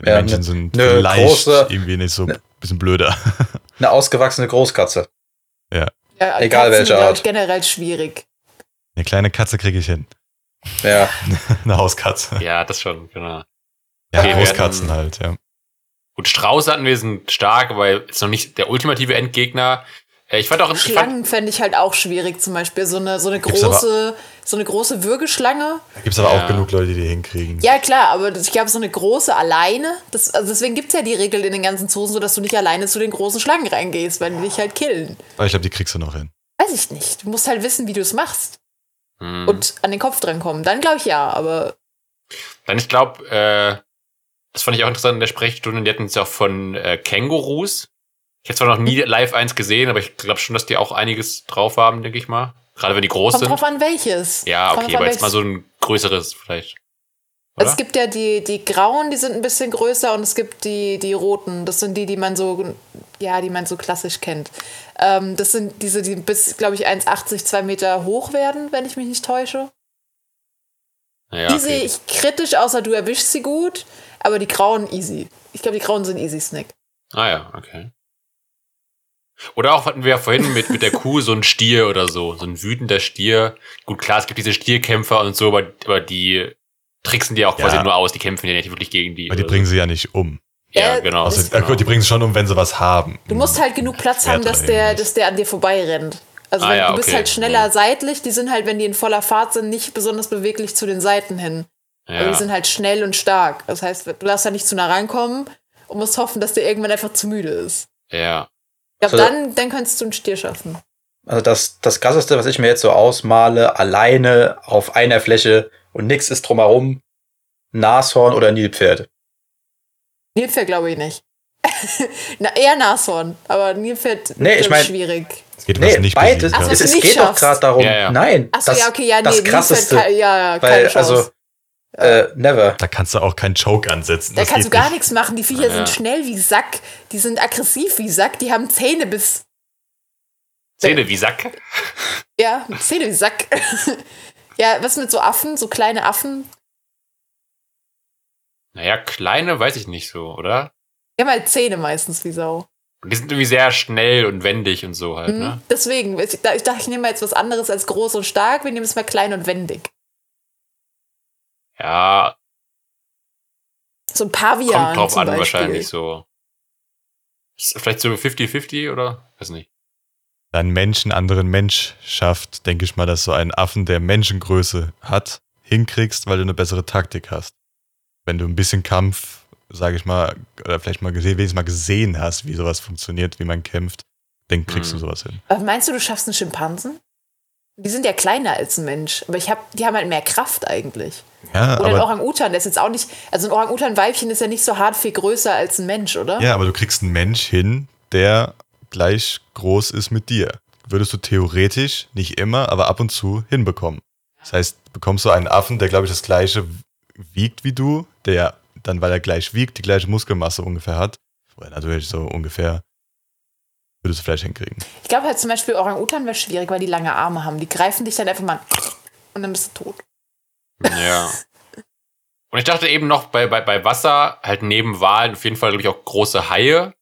[SPEAKER 5] Die
[SPEAKER 4] Ja,
[SPEAKER 5] Männchen
[SPEAKER 4] ne-
[SPEAKER 5] sind
[SPEAKER 4] ne
[SPEAKER 5] vielleicht
[SPEAKER 4] große-
[SPEAKER 5] irgendwie nicht so
[SPEAKER 4] ne-
[SPEAKER 5] bisschen blöder. (laughs)
[SPEAKER 4] Eine ausgewachsene Großkatze.
[SPEAKER 3] Ja, Katzen
[SPEAKER 4] Egal
[SPEAKER 3] sind,
[SPEAKER 4] welche
[SPEAKER 3] glaub ich,
[SPEAKER 4] Art.
[SPEAKER 3] Generell schwierig.
[SPEAKER 5] Eine kleine Katze kriege ich hin. (laughs)
[SPEAKER 4] Ja.
[SPEAKER 5] Eine Hauskatze.
[SPEAKER 2] Ja, das schon, genau.
[SPEAKER 5] Ja,
[SPEAKER 2] Okay, wir
[SPEAKER 5] Hauskatzen
[SPEAKER 2] hatten-
[SPEAKER 5] halt, ja.
[SPEAKER 2] Gut, Strauß hatten wir sind stark, weil ist noch nicht der ultimative Endgegner. Äh, Ich fand auch, ich fand,
[SPEAKER 3] Schlangen fände ich halt auch schwierig, zum Beispiel. So eine, so eine
[SPEAKER 5] Gibt's aber-
[SPEAKER 3] große, so eine große Würgeschlange.
[SPEAKER 5] Da gibt's aber
[SPEAKER 2] Ja.
[SPEAKER 5] auch genug Leute, die die hinkriegen.
[SPEAKER 3] Ja, klar, aber das- ich glaube, so eine große alleine. Das, also deswegen gibt es ja die Regel in den ganzen Zoos, so dass du nicht alleine zu den großen Schlangen reingehst, weil die dich halt killen.
[SPEAKER 5] Aber ich glaube, die kriegst du noch hin.
[SPEAKER 3] Weiß ich nicht. Du musst halt wissen, wie du es machst
[SPEAKER 2] hm.
[SPEAKER 3] und an den Kopf dran kommen. Dann glaube ich ja, aber
[SPEAKER 2] Dann, ich glaube, äh, das fand ich auch interessant in der Sprechstunde, die hatten es auch von äh, Kängurus. Ich habe zwar noch
[SPEAKER 3] Mhm.
[SPEAKER 2] nie live eins gesehen, aber ich glaube schon, dass die auch einiges drauf haben, denke ich mal. Gerade wenn die groß
[SPEAKER 3] kommt
[SPEAKER 2] sind.
[SPEAKER 3] drauf an, welches.
[SPEAKER 2] Ja,
[SPEAKER 3] Kommt
[SPEAKER 2] okay,
[SPEAKER 3] drauf an,
[SPEAKER 2] aber jetzt mal
[SPEAKER 3] welches.
[SPEAKER 2] so ein größeres vielleicht. Oder?
[SPEAKER 3] Also es gibt ja die, die grauen, die sind ein bisschen größer und es gibt die, die roten. Das sind die, die man so, ja, die man so klassisch kennt. Ähm, das sind diese, die bis, glaube ich, 1,80, 2 Meter hoch werden, wenn ich mich nicht täusche.
[SPEAKER 2] ja,
[SPEAKER 3] Die sehe ich kritisch, außer du erwischst sie gut, aber die grauen easy. Ich glaube, die grauen sind easy Snack.
[SPEAKER 2] Ah ja, okay. Oder auch hatten wir ja vorhin mit, mit der Kuh so ein Stier oder so, so ein wütender Stier. Gut, klar, es gibt diese Stierkämpfer und so, aber, aber die tricksen die auch
[SPEAKER 5] Ja.
[SPEAKER 2] quasi nur aus, die kämpfen ja nicht wirklich gegen die.
[SPEAKER 5] Weil die
[SPEAKER 2] oder
[SPEAKER 5] bringen sie ja nicht um.
[SPEAKER 2] so. Ja,
[SPEAKER 3] Äh,
[SPEAKER 2] genau.
[SPEAKER 5] Also, äh,
[SPEAKER 2] genau.
[SPEAKER 5] gut, die bringen sie schon um, wenn sie was haben.
[SPEAKER 2] Hm.
[SPEAKER 5] Mhm.
[SPEAKER 3] Du musst halt genug Platz haben, dass der, dass der an dir vorbeirennt. Also
[SPEAKER 2] Ah
[SPEAKER 3] wenn,
[SPEAKER 2] ja,
[SPEAKER 3] du bist
[SPEAKER 2] okay.
[SPEAKER 3] halt schneller seitlich, die sind halt, wenn die in voller Fahrt sind, nicht besonders beweglich zu den Seiten hin. Aber die
[SPEAKER 2] ja.
[SPEAKER 3] sind halt schnell und stark. Das heißt, du darfst da nicht zu nah rankommen und musst hoffen, dass der irgendwann einfach zu müde ist.
[SPEAKER 2] ja.
[SPEAKER 3] Ich glaube,
[SPEAKER 4] Also-
[SPEAKER 3] dann, dann könntest du einen Stier schaffen.
[SPEAKER 4] Also das, das krasseste, was ich mir jetzt so ausmale, alleine auf einer Fläche und nichts ist drumherum, Nashorn oder Nilpferd.
[SPEAKER 3] Nilpferd glaube ich nicht. (laughs) Na, eher Nashorn, aber Nilpferd
[SPEAKER 4] Nee, ich
[SPEAKER 3] glaub
[SPEAKER 4] mein-
[SPEAKER 3] schwierig.
[SPEAKER 5] Es geht was nicht
[SPEAKER 4] beides.
[SPEAKER 5] besiegen
[SPEAKER 3] Ach so,
[SPEAKER 4] es,
[SPEAKER 5] kannst.
[SPEAKER 4] es
[SPEAKER 3] nicht
[SPEAKER 4] geht doch
[SPEAKER 3] schaffst.
[SPEAKER 4] gerade darum.
[SPEAKER 2] Ja, ja.
[SPEAKER 4] Nein.
[SPEAKER 3] Achso,
[SPEAKER 4] das-
[SPEAKER 3] ja, okay, ja, nee,
[SPEAKER 4] das
[SPEAKER 3] Nilpferd
[SPEAKER 4] krasseste,
[SPEAKER 3] kann- ja, ja, keine
[SPEAKER 4] Weil,
[SPEAKER 3] Chance.
[SPEAKER 4] also, äh, never.
[SPEAKER 5] Da kannst du auch keinen Choke ansetzen.
[SPEAKER 3] Da
[SPEAKER 5] das
[SPEAKER 3] kannst du
[SPEAKER 5] geht
[SPEAKER 3] gar
[SPEAKER 5] nicht.
[SPEAKER 3] nichts machen. Die Viecher
[SPEAKER 2] Ja.
[SPEAKER 3] sind schnell wie Sack. Die sind aggressiv wie Sack. Die haben Zähne bis.
[SPEAKER 2] Zähne wie Sack.
[SPEAKER 3] Ja, Zähne wie Sack. (laughs) ja, was mit so Affen? So kleine Affen?
[SPEAKER 2] Naja, kleine weiß ich nicht so, oder?
[SPEAKER 3] Die haben halt Zähne meistens wie Sau.
[SPEAKER 2] Und die sind irgendwie sehr schnell und wendig und so halt,
[SPEAKER 3] Mhm.
[SPEAKER 2] ne?
[SPEAKER 3] Deswegen, ich da- ich dachte, ich nehme mal jetzt was anderes als groß und stark. Wir nehmen es mal klein und wendig.
[SPEAKER 2] Ja,
[SPEAKER 3] So ein
[SPEAKER 2] kommt
[SPEAKER 3] Pavian.
[SPEAKER 2] drauf
[SPEAKER 3] zum
[SPEAKER 2] an
[SPEAKER 3] Beispiel.
[SPEAKER 2] wahrscheinlich so. Ist Vielleicht so 50-50 oder? Weiß nicht.
[SPEAKER 5] Da ein Mensch einen anderen Mensch schafft, denke ich mal, dass du einen Affen, der Menschengröße hat, hinkriegst, weil du eine bessere Taktik hast. Wenn du ein bisschen Kampf, sage ich mal, oder vielleicht mal gesehen, wenigstens mal gesehen hast, wie sowas funktioniert, wie man kämpft, dann kriegst
[SPEAKER 2] Mhm.
[SPEAKER 5] du sowas hin.
[SPEAKER 3] Aber meinst du, du schaffst einen Schimpansen? Die sind ja kleiner als ein Mensch. Aber ich hab, die haben halt mehr Kraft eigentlich.
[SPEAKER 5] Ja,
[SPEAKER 3] Oder ein
[SPEAKER 5] aber,
[SPEAKER 3] Orang-Utan, der ist jetzt auch nicht, also ein Orang-Utan-Weibchen ist ja nicht so hart viel größer als ein Mensch, oder?
[SPEAKER 5] ja, aber du kriegst einen Mensch hin, der gleich groß ist mit dir. Würdest du theoretisch, nicht immer, aber ab und zu hinbekommen. Das heißt, bekommst du einen Affen, der, glaube ich, das gleiche wiegt wie du, der dann, weil er gleich wiegt, die gleiche Muskelmasse ungefähr hat. Oder natürlich so ungefähr würdest du vielleicht hinkriegen.
[SPEAKER 3] Ich glaube halt zum Beispiel Orang-Utan wäre schwierig, weil die lange Arme haben. Die greifen dich dann einfach mal und dann bist du tot.
[SPEAKER 2] Ja. Und ich dachte eben noch bei, bei, bei Wasser, halt neben Walen, auf jeden Fall, glaube ich, auch große Haie.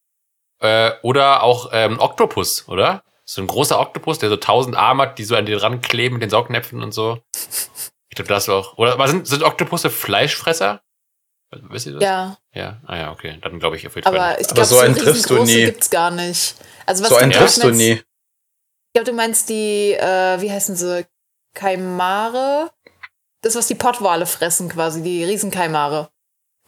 [SPEAKER 2] Äh, oder auch ähm, Oktopus, oder? So ein großer Oktopus, der so tausend Arme hat, die so an den Rand kleben mit den Saugnäpfen und so. Ich glaube, das auch. Oder aber sind, sind Oktopusse Fleischfresser? Wisst ihr das?
[SPEAKER 3] Ja,
[SPEAKER 2] ja. Ah ja, okay. Dann glaube ich auf jeden Fall.
[SPEAKER 3] aber ich glaube,
[SPEAKER 4] so
[SPEAKER 3] so
[SPEAKER 4] einen triffst du
[SPEAKER 3] riesengroße
[SPEAKER 4] nie.
[SPEAKER 3] gibt's gar nicht. Also was
[SPEAKER 4] So einen
[SPEAKER 3] du
[SPEAKER 4] triffst du
[SPEAKER 3] meinst-
[SPEAKER 4] nie.
[SPEAKER 3] Ich glaube, du meinst die, äh, wie heißen sie? Kaimare? Das, was die Pottwale fressen quasi, die Riesenkaimare.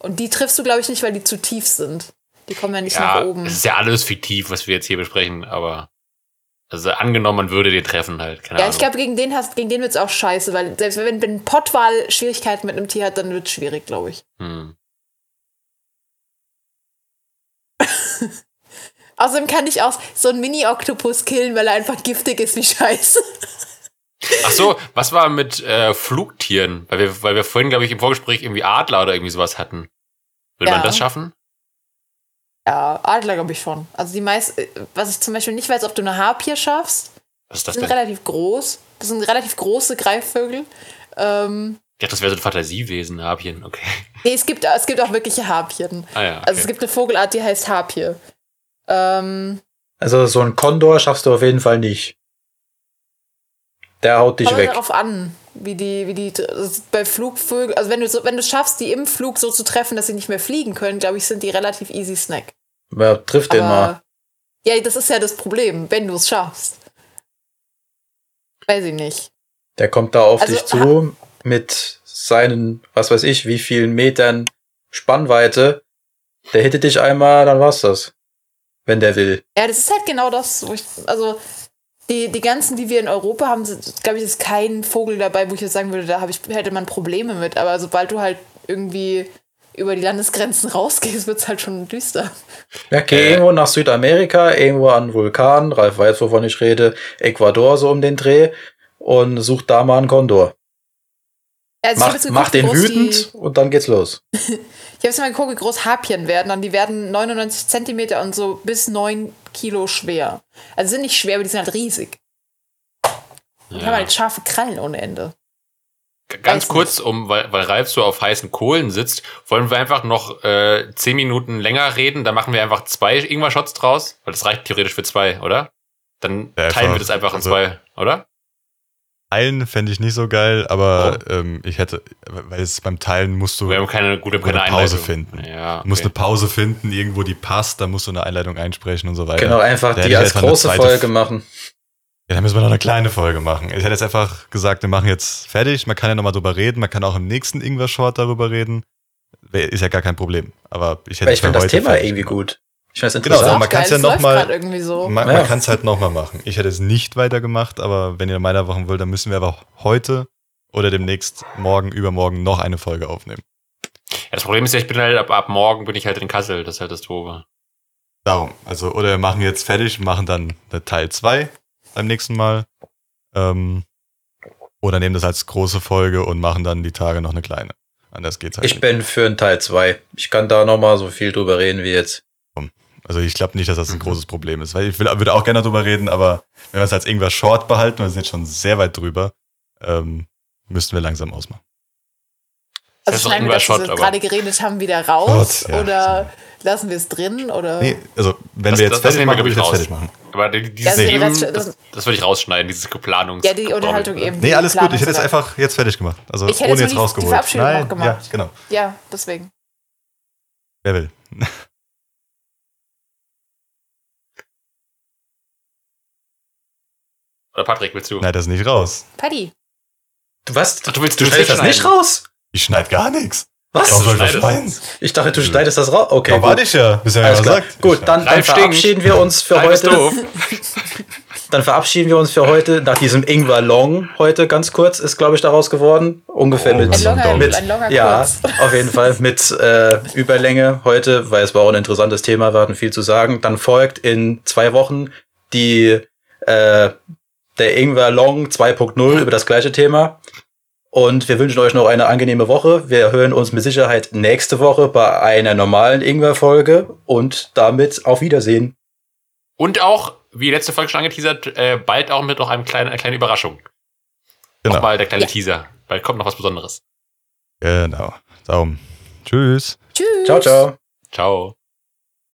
[SPEAKER 3] Und die triffst du, glaube ich, nicht, weil die zu tief sind. Die kommen ja nicht
[SPEAKER 2] Ja,
[SPEAKER 3] nach oben.
[SPEAKER 2] es ist ja alles fiktiv, was wir jetzt hier besprechen, aber also angenommen, man würde den treffen halt. Keine
[SPEAKER 3] Ja,
[SPEAKER 2] Ahnung.
[SPEAKER 3] ich glaube, gegen den, hast- gegen den wird's auch scheiße, weil selbst wenn, wenn ein Pottwal Schwierigkeiten mit einem Tier hat, dann wird's schwierig, glaube ich.
[SPEAKER 2] Hm.
[SPEAKER 3] Außerdem kann ich auch so einen Mini-Oktopus killen, weil er einfach giftig ist wie (laughs) scheiße.
[SPEAKER 2] Ach so, was war mit äh, Flugtieren? Weil wir, weil wir vorhin, glaube ich, im Vorgespräch irgendwie Adler oder irgendwie sowas hatten. Würde
[SPEAKER 3] Ja.
[SPEAKER 2] man das schaffen?
[SPEAKER 3] Ja, Adler glaube ich schon. Also die meisten, was ich zum Beispiel nicht weiß, ob du eine Harpie schaffst,
[SPEAKER 2] Was ist das
[SPEAKER 3] die sind
[SPEAKER 2] denn?
[SPEAKER 3] relativ groß. Das sind relativ große Greifvögel. Ähm,
[SPEAKER 2] Ja, das wäre so ein Fantasiewesen, Apien, okay.
[SPEAKER 3] nee, es gibt, es gibt auch wirkliche Harpien.
[SPEAKER 2] Ah ja, okay.
[SPEAKER 3] Also es gibt eine Vogelart, die heißt Harpie. Ähm,
[SPEAKER 4] Also so ein Kondor schaffst du auf jeden Fall nicht. Der haut dich
[SPEAKER 3] Kommt halt
[SPEAKER 4] weg.
[SPEAKER 3] darauf an, wie die, wie die also bei Flugvögel, also wenn du so, wenn du es schaffst, die im Flug so zu treffen, dass sie nicht mehr fliegen können, glaube ich, sind die relativ easy snack.
[SPEAKER 4] Ja, trifft den mal.
[SPEAKER 3] Aber ja, das ist ja das Problem, wenn du es schaffst. Weiß ich nicht.
[SPEAKER 4] Der kommt da auf
[SPEAKER 3] Also,
[SPEAKER 4] dich zu mit seinen, was weiß ich, wie vielen Metern Spannweite. Der hittet dich einmal, dann war's das. Wenn der will.
[SPEAKER 3] Ja, das ist halt genau das, wo ich, also die, die ganzen, die wir in Europa haben, glaube ich, ist kein Vogel dabei, wo ich jetzt sagen würde, da hab ich, hätte man Probleme mit. Aber sobald du halt irgendwie über die Landesgrenzen (laughs) rausgehst, wird es halt schon düster.
[SPEAKER 4] Ja, geh
[SPEAKER 2] Äh.
[SPEAKER 4] irgendwo nach Südamerika, irgendwo an Vulkan, Ralf weiß, wovon ich rede, Ecuador so um den Dreh und such da mal einen Kondor.
[SPEAKER 3] Also ich hab
[SPEAKER 4] Mach,
[SPEAKER 3] jetzt
[SPEAKER 4] mach
[SPEAKER 3] geguckt,
[SPEAKER 4] den
[SPEAKER 3] wie groß die-
[SPEAKER 4] wütend und dann geht's los.
[SPEAKER 3] Ich habe jetzt mal geguckt, wie groß Harpien werden. Und die werden 99 Zentimeter und so bis 9 Kilo schwer. Also sind nicht schwer, aber die sind halt riesig. Die haben
[SPEAKER 2] Ja.
[SPEAKER 3] halt scharfe Krallen ohne Ende.
[SPEAKER 2] G- Ganz
[SPEAKER 3] Weiß
[SPEAKER 2] kurz, um, weil, weil Ralf so auf heißen Kohlen sitzt, wollen wir einfach noch äh, zehn Minuten länger reden, dann machen wir einfach zwei Ingwer-Shots draus, weil das reicht theoretisch für zwei, oder? Dann
[SPEAKER 5] Ja,
[SPEAKER 2] teilen
[SPEAKER 5] einfach.
[SPEAKER 2] wir das einfach in
[SPEAKER 5] Also-
[SPEAKER 2] zwei, oder?
[SPEAKER 5] Teilen fände ich nicht so geil, aber ähm, ich hätte, weil es beim Teilen musst du,
[SPEAKER 2] Wir haben keine gute
[SPEAKER 5] Wir haben
[SPEAKER 2] keine
[SPEAKER 5] eine Pause
[SPEAKER 2] Einleitung.
[SPEAKER 5] finden.
[SPEAKER 2] Ja,
[SPEAKER 5] du musst
[SPEAKER 2] okay.
[SPEAKER 5] eine Pause finden, irgendwo die passt, da musst du eine Einleitung einsprechen und so weiter.
[SPEAKER 4] Genau, einfach
[SPEAKER 5] Ja,
[SPEAKER 4] die
[SPEAKER 5] die
[SPEAKER 4] als
[SPEAKER 5] hätte man eine
[SPEAKER 4] große
[SPEAKER 5] zweite
[SPEAKER 4] Folge
[SPEAKER 5] F-
[SPEAKER 4] machen.
[SPEAKER 5] Ja, dann müssen wir noch eine kleine Folge machen. Ich hätte jetzt einfach gesagt, wir machen jetzt fertig, man kann ja nochmal drüber reden, man kann auch im nächsten Ingwer-Short darüber reden. Wär- Ist ja gar kein Problem. Aber ich hätte
[SPEAKER 4] Weil ich finde das Thema irgendwie
[SPEAKER 5] gut.
[SPEAKER 4] gut. Ich finde das
[SPEAKER 5] Genau,
[SPEAKER 4] interessant.
[SPEAKER 5] also man
[SPEAKER 3] Auch
[SPEAKER 5] kann's
[SPEAKER 3] geil,
[SPEAKER 5] ja
[SPEAKER 3] das
[SPEAKER 5] noch
[SPEAKER 3] läuft
[SPEAKER 5] mal-
[SPEAKER 3] grad irgendwie so.
[SPEAKER 5] Man,
[SPEAKER 4] Ja.
[SPEAKER 5] man kann es halt nochmal machen. Ich hätte es nicht weitergemacht, aber wenn ihr weitermachen wollt, dann müssen wir aber heute oder demnächst morgen, übermorgen noch eine Folge aufnehmen.
[SPEAKER 2] Ja, das Problem ist ja, ich bin halt ab, ab morgen bin ich halt in Kassel, das ist halt das Doofe.
[SPEAKER 5] Darum. Also, oder wir machen jetzt fertig, machen dann eine Teil 2 beim nächsten Mal. Ähm, oder nehmen das als große Folge und machen dann die Tage noch eine kleine. Anders geht's halt
[SPEAKER 4] ich
[SPEAKER 5] nicht.
[SPEAKER 4] bin für einen Teil 2. Ich kann da nochmal so viel drüber reden wie jetzt.
[SPEAKER 5] Also ich glaube nicht, dass das ein
[SPEAKER 2] Mhm.
[SPEAKER 5] großes Problem ist, weil ich will, würde auch gerne darüber reden, aber wenn wir es als irgendwas short behalten, wir sind jetzt schon sehr weit drüber, ähm, müssten wir langsam ausmachen.
[SPEAKER 2] Das ist doch
[SPEAKER 3] Also schneiden wir
[SPEAKER 2] immer
[SPEAKER 3] das, was
[SPEAKER 2] Shot,
[SPEAKER 3] wir
[SPEAKER 2] aber-
[SPEAKER 3] gerade geredet haben, wieder raus?
[SPEAKER 5] Gott, ja.
[SPEAKER 3] Oder lassen wir es drin? Oder
[SPEAKER 5] Nee, also wenn
[SPEAKER 2] Das-
[SPEAKER 5] wir jetzt
[SPEAKER 2] das- das nehmen
[SPEAKER 5] fertig
[SPEAKER 2] wir,
[SPEAKER 5] machen,
[SPEAKER 2] glaub
[SPEAKER 5] würde
[SPEAKER 2] ich,
[SPEAKER 5] ich jetzt
[SPEAKER 2] raus.
[SPEAKER 5] fertig machen.
[SPEAKER 2] Aber die-
[SPEAKER 3] Ja,
[SPEAKER 2] dieses
[SPEAKER 3] also
[SPEAKER 2] Team,
[SPEAKER 3] das-
[SPEAKER 2] das, das würde ich rausschneiden, dieses Geplanungs.
[SPEAKER 3] ja, die
[SPEAKER 2] ne?
[SPEAKER 3] Unterhaltung eben.
[SPEAKER 5] Nee,
[SPEAKER 3] die
[SPEAKER 5] alles gut.
[SPEAKER 3] Planung
[SPEAKER 5] Ich hätte es
[SPEAKER 3] so weiter.
[SPEAKER 5] einfach jetzt fertig gemacht. Also
[SPEAKER 3] Ich hätte
[SPEAKER 5] ohne
[SPEAKER 3] jetzt nur die-
[SPEAKER 5] jetzt
[SPEAKER 3] die
[SPEAKER 5] rausgeholt.
[SPEAKER 3] Verabschiedung noch
[SPEAKER 5] ja,
[SPEAKER 3] gemacht.
[SPEAKER 5] genau.
[SPEAKER 3] Ja, deswegen.
[SPEAKER 5] Wer will?
[SPEAKER 2] Oder Patrick, willst du?
[SPEAKER 5] Schneid das nicht raus.
[SPEAKER 3] Paddy.
[SPEAKER 4] Du was?
[SPEAKER 2] Ach,
[SPEAKER 4] Du
[SPEAKER 2] du willst du
[SPEAKER 4] schneidest das
[SPEAKER 2] schneiden.
[SPEAKER 4] nicht raus?
[SPEAKER 5] Ich schneid gar nichts.
[SPEAKER 4] Was?
[SPEAKER 5] Warum soll ich das
[SPEAKER 2] schneidest.
[SPEAKER 5] schneiden?
[SPEAKER 4] Ich dachte, du schneidest das raus. Okay,
[SPEAKER 5] Da
[SPEAKER 4] gut.
[SPEAKER 5] warte ich ja, bis er
[SPEAKER 4] Alles
[SPEAKER 5] was
[SPEAKER 4] klar.
[SPEAKER 5] sagt. Ich
[SPEAKER 4] Gut,
[SPEAKER 5] schneid.
[SPEAKER 4] dann, dann
[SPEAKER 2] Live stinkt.
[SPEAKER 4] verabschieden wir uns für
[SPEAKER 2] Nein, ist
[SPEAKER 4] heute.
[SPEAKER 2] doof.
[SPEAKER 4] Dann verabschieden wir uns für heute nach diesem Ingwer Long heute ganz kurz ist glaube ich daraus geworden ungefähr
[SPEAKER 5] Oh,
[SPEAKER 3] Ein
[SPEAKER 5] Also
[SPEAKER 4] mit
[SPEAKER 5] Gott.
[SPEAKER 3] langer,
[SPEAKER 5] ein Doppel.
[SPEAKER 3] ein langer
[SPEAKER 4] ja
[SPEAKER 3] Kurz.
[SPEAKER 4] auf jeden Fall mit äh, Überlänge heute weil es war auch ein interessantes Thema wir hatten viel zu sagen dann folgt in zwei Wochen die äh, der Ingwer Long 2.0 über das gleiche Thema und wir wünschen euch noch eine angenehme Woche. Wir hören uns mit Sicherheit nächste Woche bei einer normalen Ingwer-Folge und damit auf Wiedersehen.
[SPEAKER 2] Und auch, wie letzte Folge schon angeteasert, äh, bald auch mit noch einem kleinen, einer kleinen Überraschung.
[SPEAKER 5] Genau.
[SPEAKER 2] Nochmal der kleine
[SPEAKER 3] Ja.
[SPEAKER 2] Teaser. Bald kommt noch was Besonderes.
[SPEAKER 5] Genau. Daumen. Tschüss.
[SPEAKER 3] Tschüss.
[SPEAKER 4] Ciao, ciao.
[SPEAKER 2] Ciao.